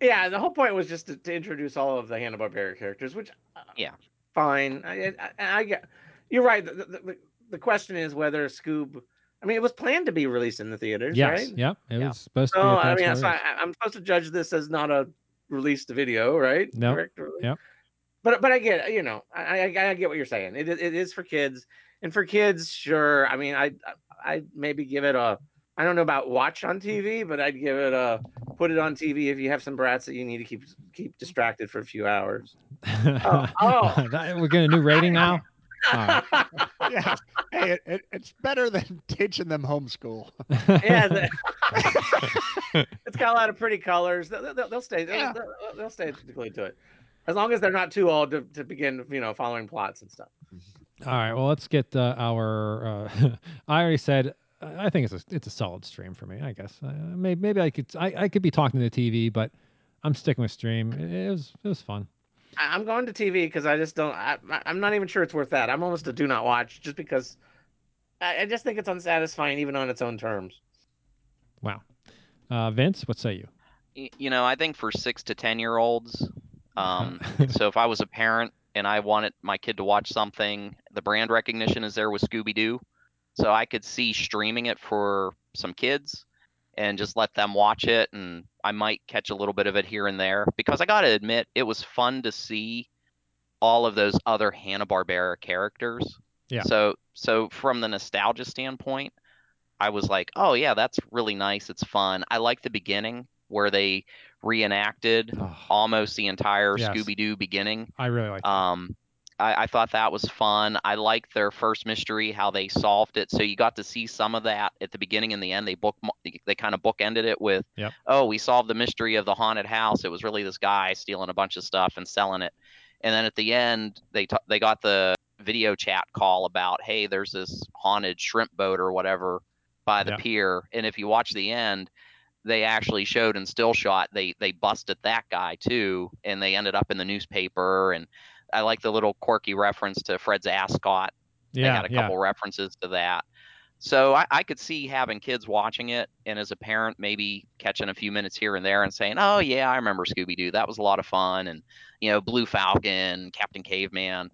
Yeah, the whole point was just to, to introduce all of the Hanna Barbera characters, which uh,
yeah,
fine. I, I, I I get. You're right. The, the, the, the question is whether Scoob. I mean, it was planned to be released in the theaters,
Yes.
right?
Yep. It was supposed
So
to be. a
Oh, I
Fast
mean,
and
so I,
Furious.
I'm supposed to judge this as not a released video, right?
Nope.
Correct release?
Yep.
But but I get uh, you know I I, I get what you're saying. It, it is for kids and for kids, sure. I mean, I I I'd maybe give it a I don't know about watch on TV, but I'd give it a put it on TV if you have some brats that you need to keep keep distracted for a few hours.
<laughs> That- we're getting a new rating now. All right.
yeah. Hey, it, it, it's better than <laughs> teaching them homeschool.
<laughs>
yeah, the- it's got a lot of pretty colors. They'll, they'll, they'll stay. They'll, they'll, they'll stay glued to it, as long as they're not too old to, to begin, you know, following plots and stuff.
All right. Well, let's get uh, our. Uh, <laughs> I already said. I I think it's a it's a solid stream for me. I guess uh, maybe maybe I could I, I could be talking to the TV, but I'm sticking with stream. It, it was it was fun.
I, I'm going to TV because I just don't. I, I- I'm not even sure it's worth that. I'm almost a do not watch just because I, I just think it's unsatisfying even on its own terms.
Wow. Uh, Vince, what say you?
Y- You know, I think for six to ten year olds. Um, so if I was a parent and I wanted my kid to watch something, the brand recognition is there with Scooby Doo, so I could see streaming it for some kids, and just let them watch it, and I might catch a little bit of it here and there because I gotta admit it was fun to see all of those other Hanna Barbera characters.
Yeah.
So so from the nostalgia standpoint, I was like, oh yeah, that's really nice. It's fun. I like the beginning where they reenacted almost the entire
Yes.
Scooby Doo beginning.
I really like.
Um, I, I thought that was fun. I liked their first mystery, how they solved it. So you got to see some of that at the beginning and the end. They book they kind of bookended it with,
Yep.
oh, we solved the mystery of the haunted house. It was really this guy stealing a bunch of stuff and selling it. And then at the end, they t- they got the video chat call about, hey, there's this haunted shrimp boat or whatever by the
Yep.
pier. And if you watch the end, they actually showed and still shot they they busted that guy too and they ended up in the newspaper and i like the little quirky reference to fred's ascot they
Yeah,
had a
yeah.
couple references to that so I, I could see having kids watching it and as a parent maybe catching a few minutes here and there and saying oh yeah i remember scooby-doo that was a lot of fun and you know blue falcon captain caveman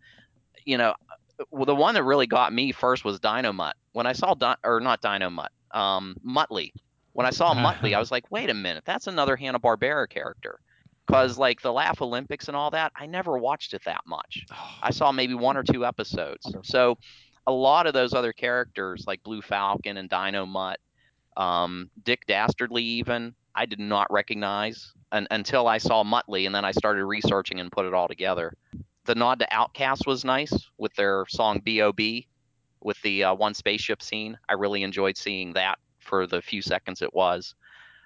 you know, well, the one that really got me first was Dino Mutt. When I saw Di- or not Dino Mutt, um, Muttley. When I saw Muttley, I was like, wait a minute, that's another Hanna Barbera character. Cause like the Laugh Olympics and all that, I never watched it that much. I saw maybe one or two episodes. So, a lot of those other characters like Blue Falcon and Dino Mutt, um, Dick Dastardly, even I did not recognize un- until I saw Muttley, and then I started researching and put it all together. The nod to Outcast was nice with their song "B.O.B." with the uh, one spaceship scene. I really enjoyed seeing that for the few seconds it was.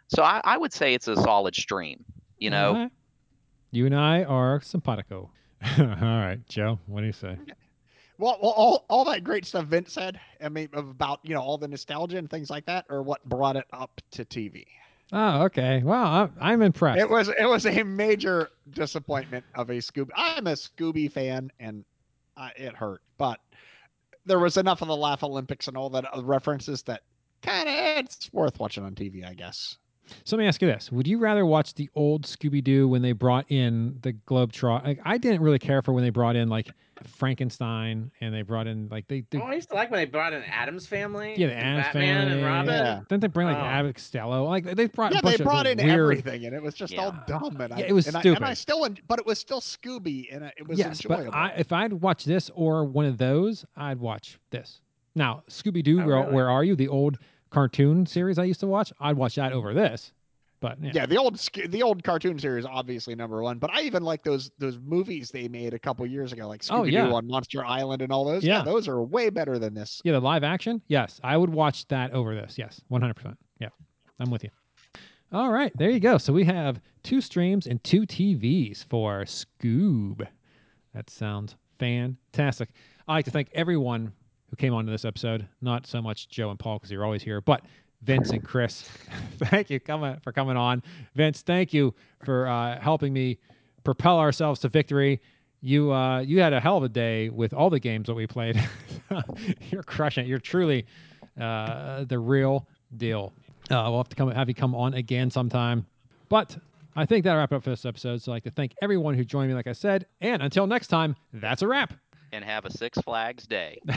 So I, I would say it's a solid stream. You know,
All right. You and I are simpatico. <laughs> All right, Joe, what do you say?
Well, well, all, all that great stuff Vince said, I mean, about, you know, all the nostalgia and things like that, or what brought it up to TV.
Oh, okay. Wow, I, I'm impressed.
It was it was a major disappointment of a Scooby. I'm a Scooby fan, and uh, it hurt. But there was enough of the Laugh Olympics and all that other references that kind of it's worth watching on TV, I guess.
So let me ask you this: Would you rather watch the old Scooby Doo when they brought in the Globetrot? Like, I didn't really care for when they brought in like Frankenstein and they brought in like they, they
Oh, I used to like when they brought in Adam's family.
yeah the Addams
Batman
Family.
and Robin.
Didn't they bring like
Oh.
Abbott Costello? Like they brought a
yeah,
bunch
they
of
brought in
weird-
everything, and it was just all dumb. And I,
Yeah, it was
and I, and I
stupid.
still, en- but it was still Scooby, and it was
yes,
enjoyable.
but I, if I'd watch this or one of those, I'd watch this. Now Scooby Doo,
Oh,
where,
really?
where are you? The old cartoon series I used to watch, I'd watch that over this. But yeah.
yeah, the old sc- the old cartoon series obviously number one. But I even like those those movies they made a couple years ago, like Scooby Doo
Oh, yeah.
on Monster Island and all those.
Yeah.
those are way better than this.
Yeah, the live action. Yes, I would watch that over this. Yes, one hundred percent. Yeah, I'm with you. All right, there you go. So we have two streams and two TVs for Scoob. That sounds fantastic. I like to thank everyone who came on to this episode. Not so much Joe and Paul because you're always here, but Vince and Chris, <laughs> thank you coming for coming on. Vince, thank you for uh, helping me propel ourselves to victory. You uh, you had a hell of a day with all the games that we played. <laughs> You're crushing it. You're truly uh, the real deal. Uh, we'll have to come have you come on again sometime. But I think that'll wrap it up for this episode. So I'd like to thank everyone who joined me, like I said. And until next time, that's a wrap.
and have a Six Flags day.
<laughs>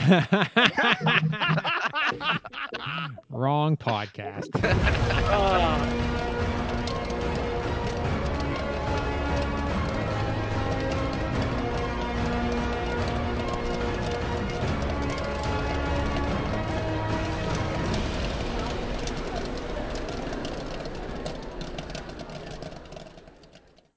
Wrong podcast.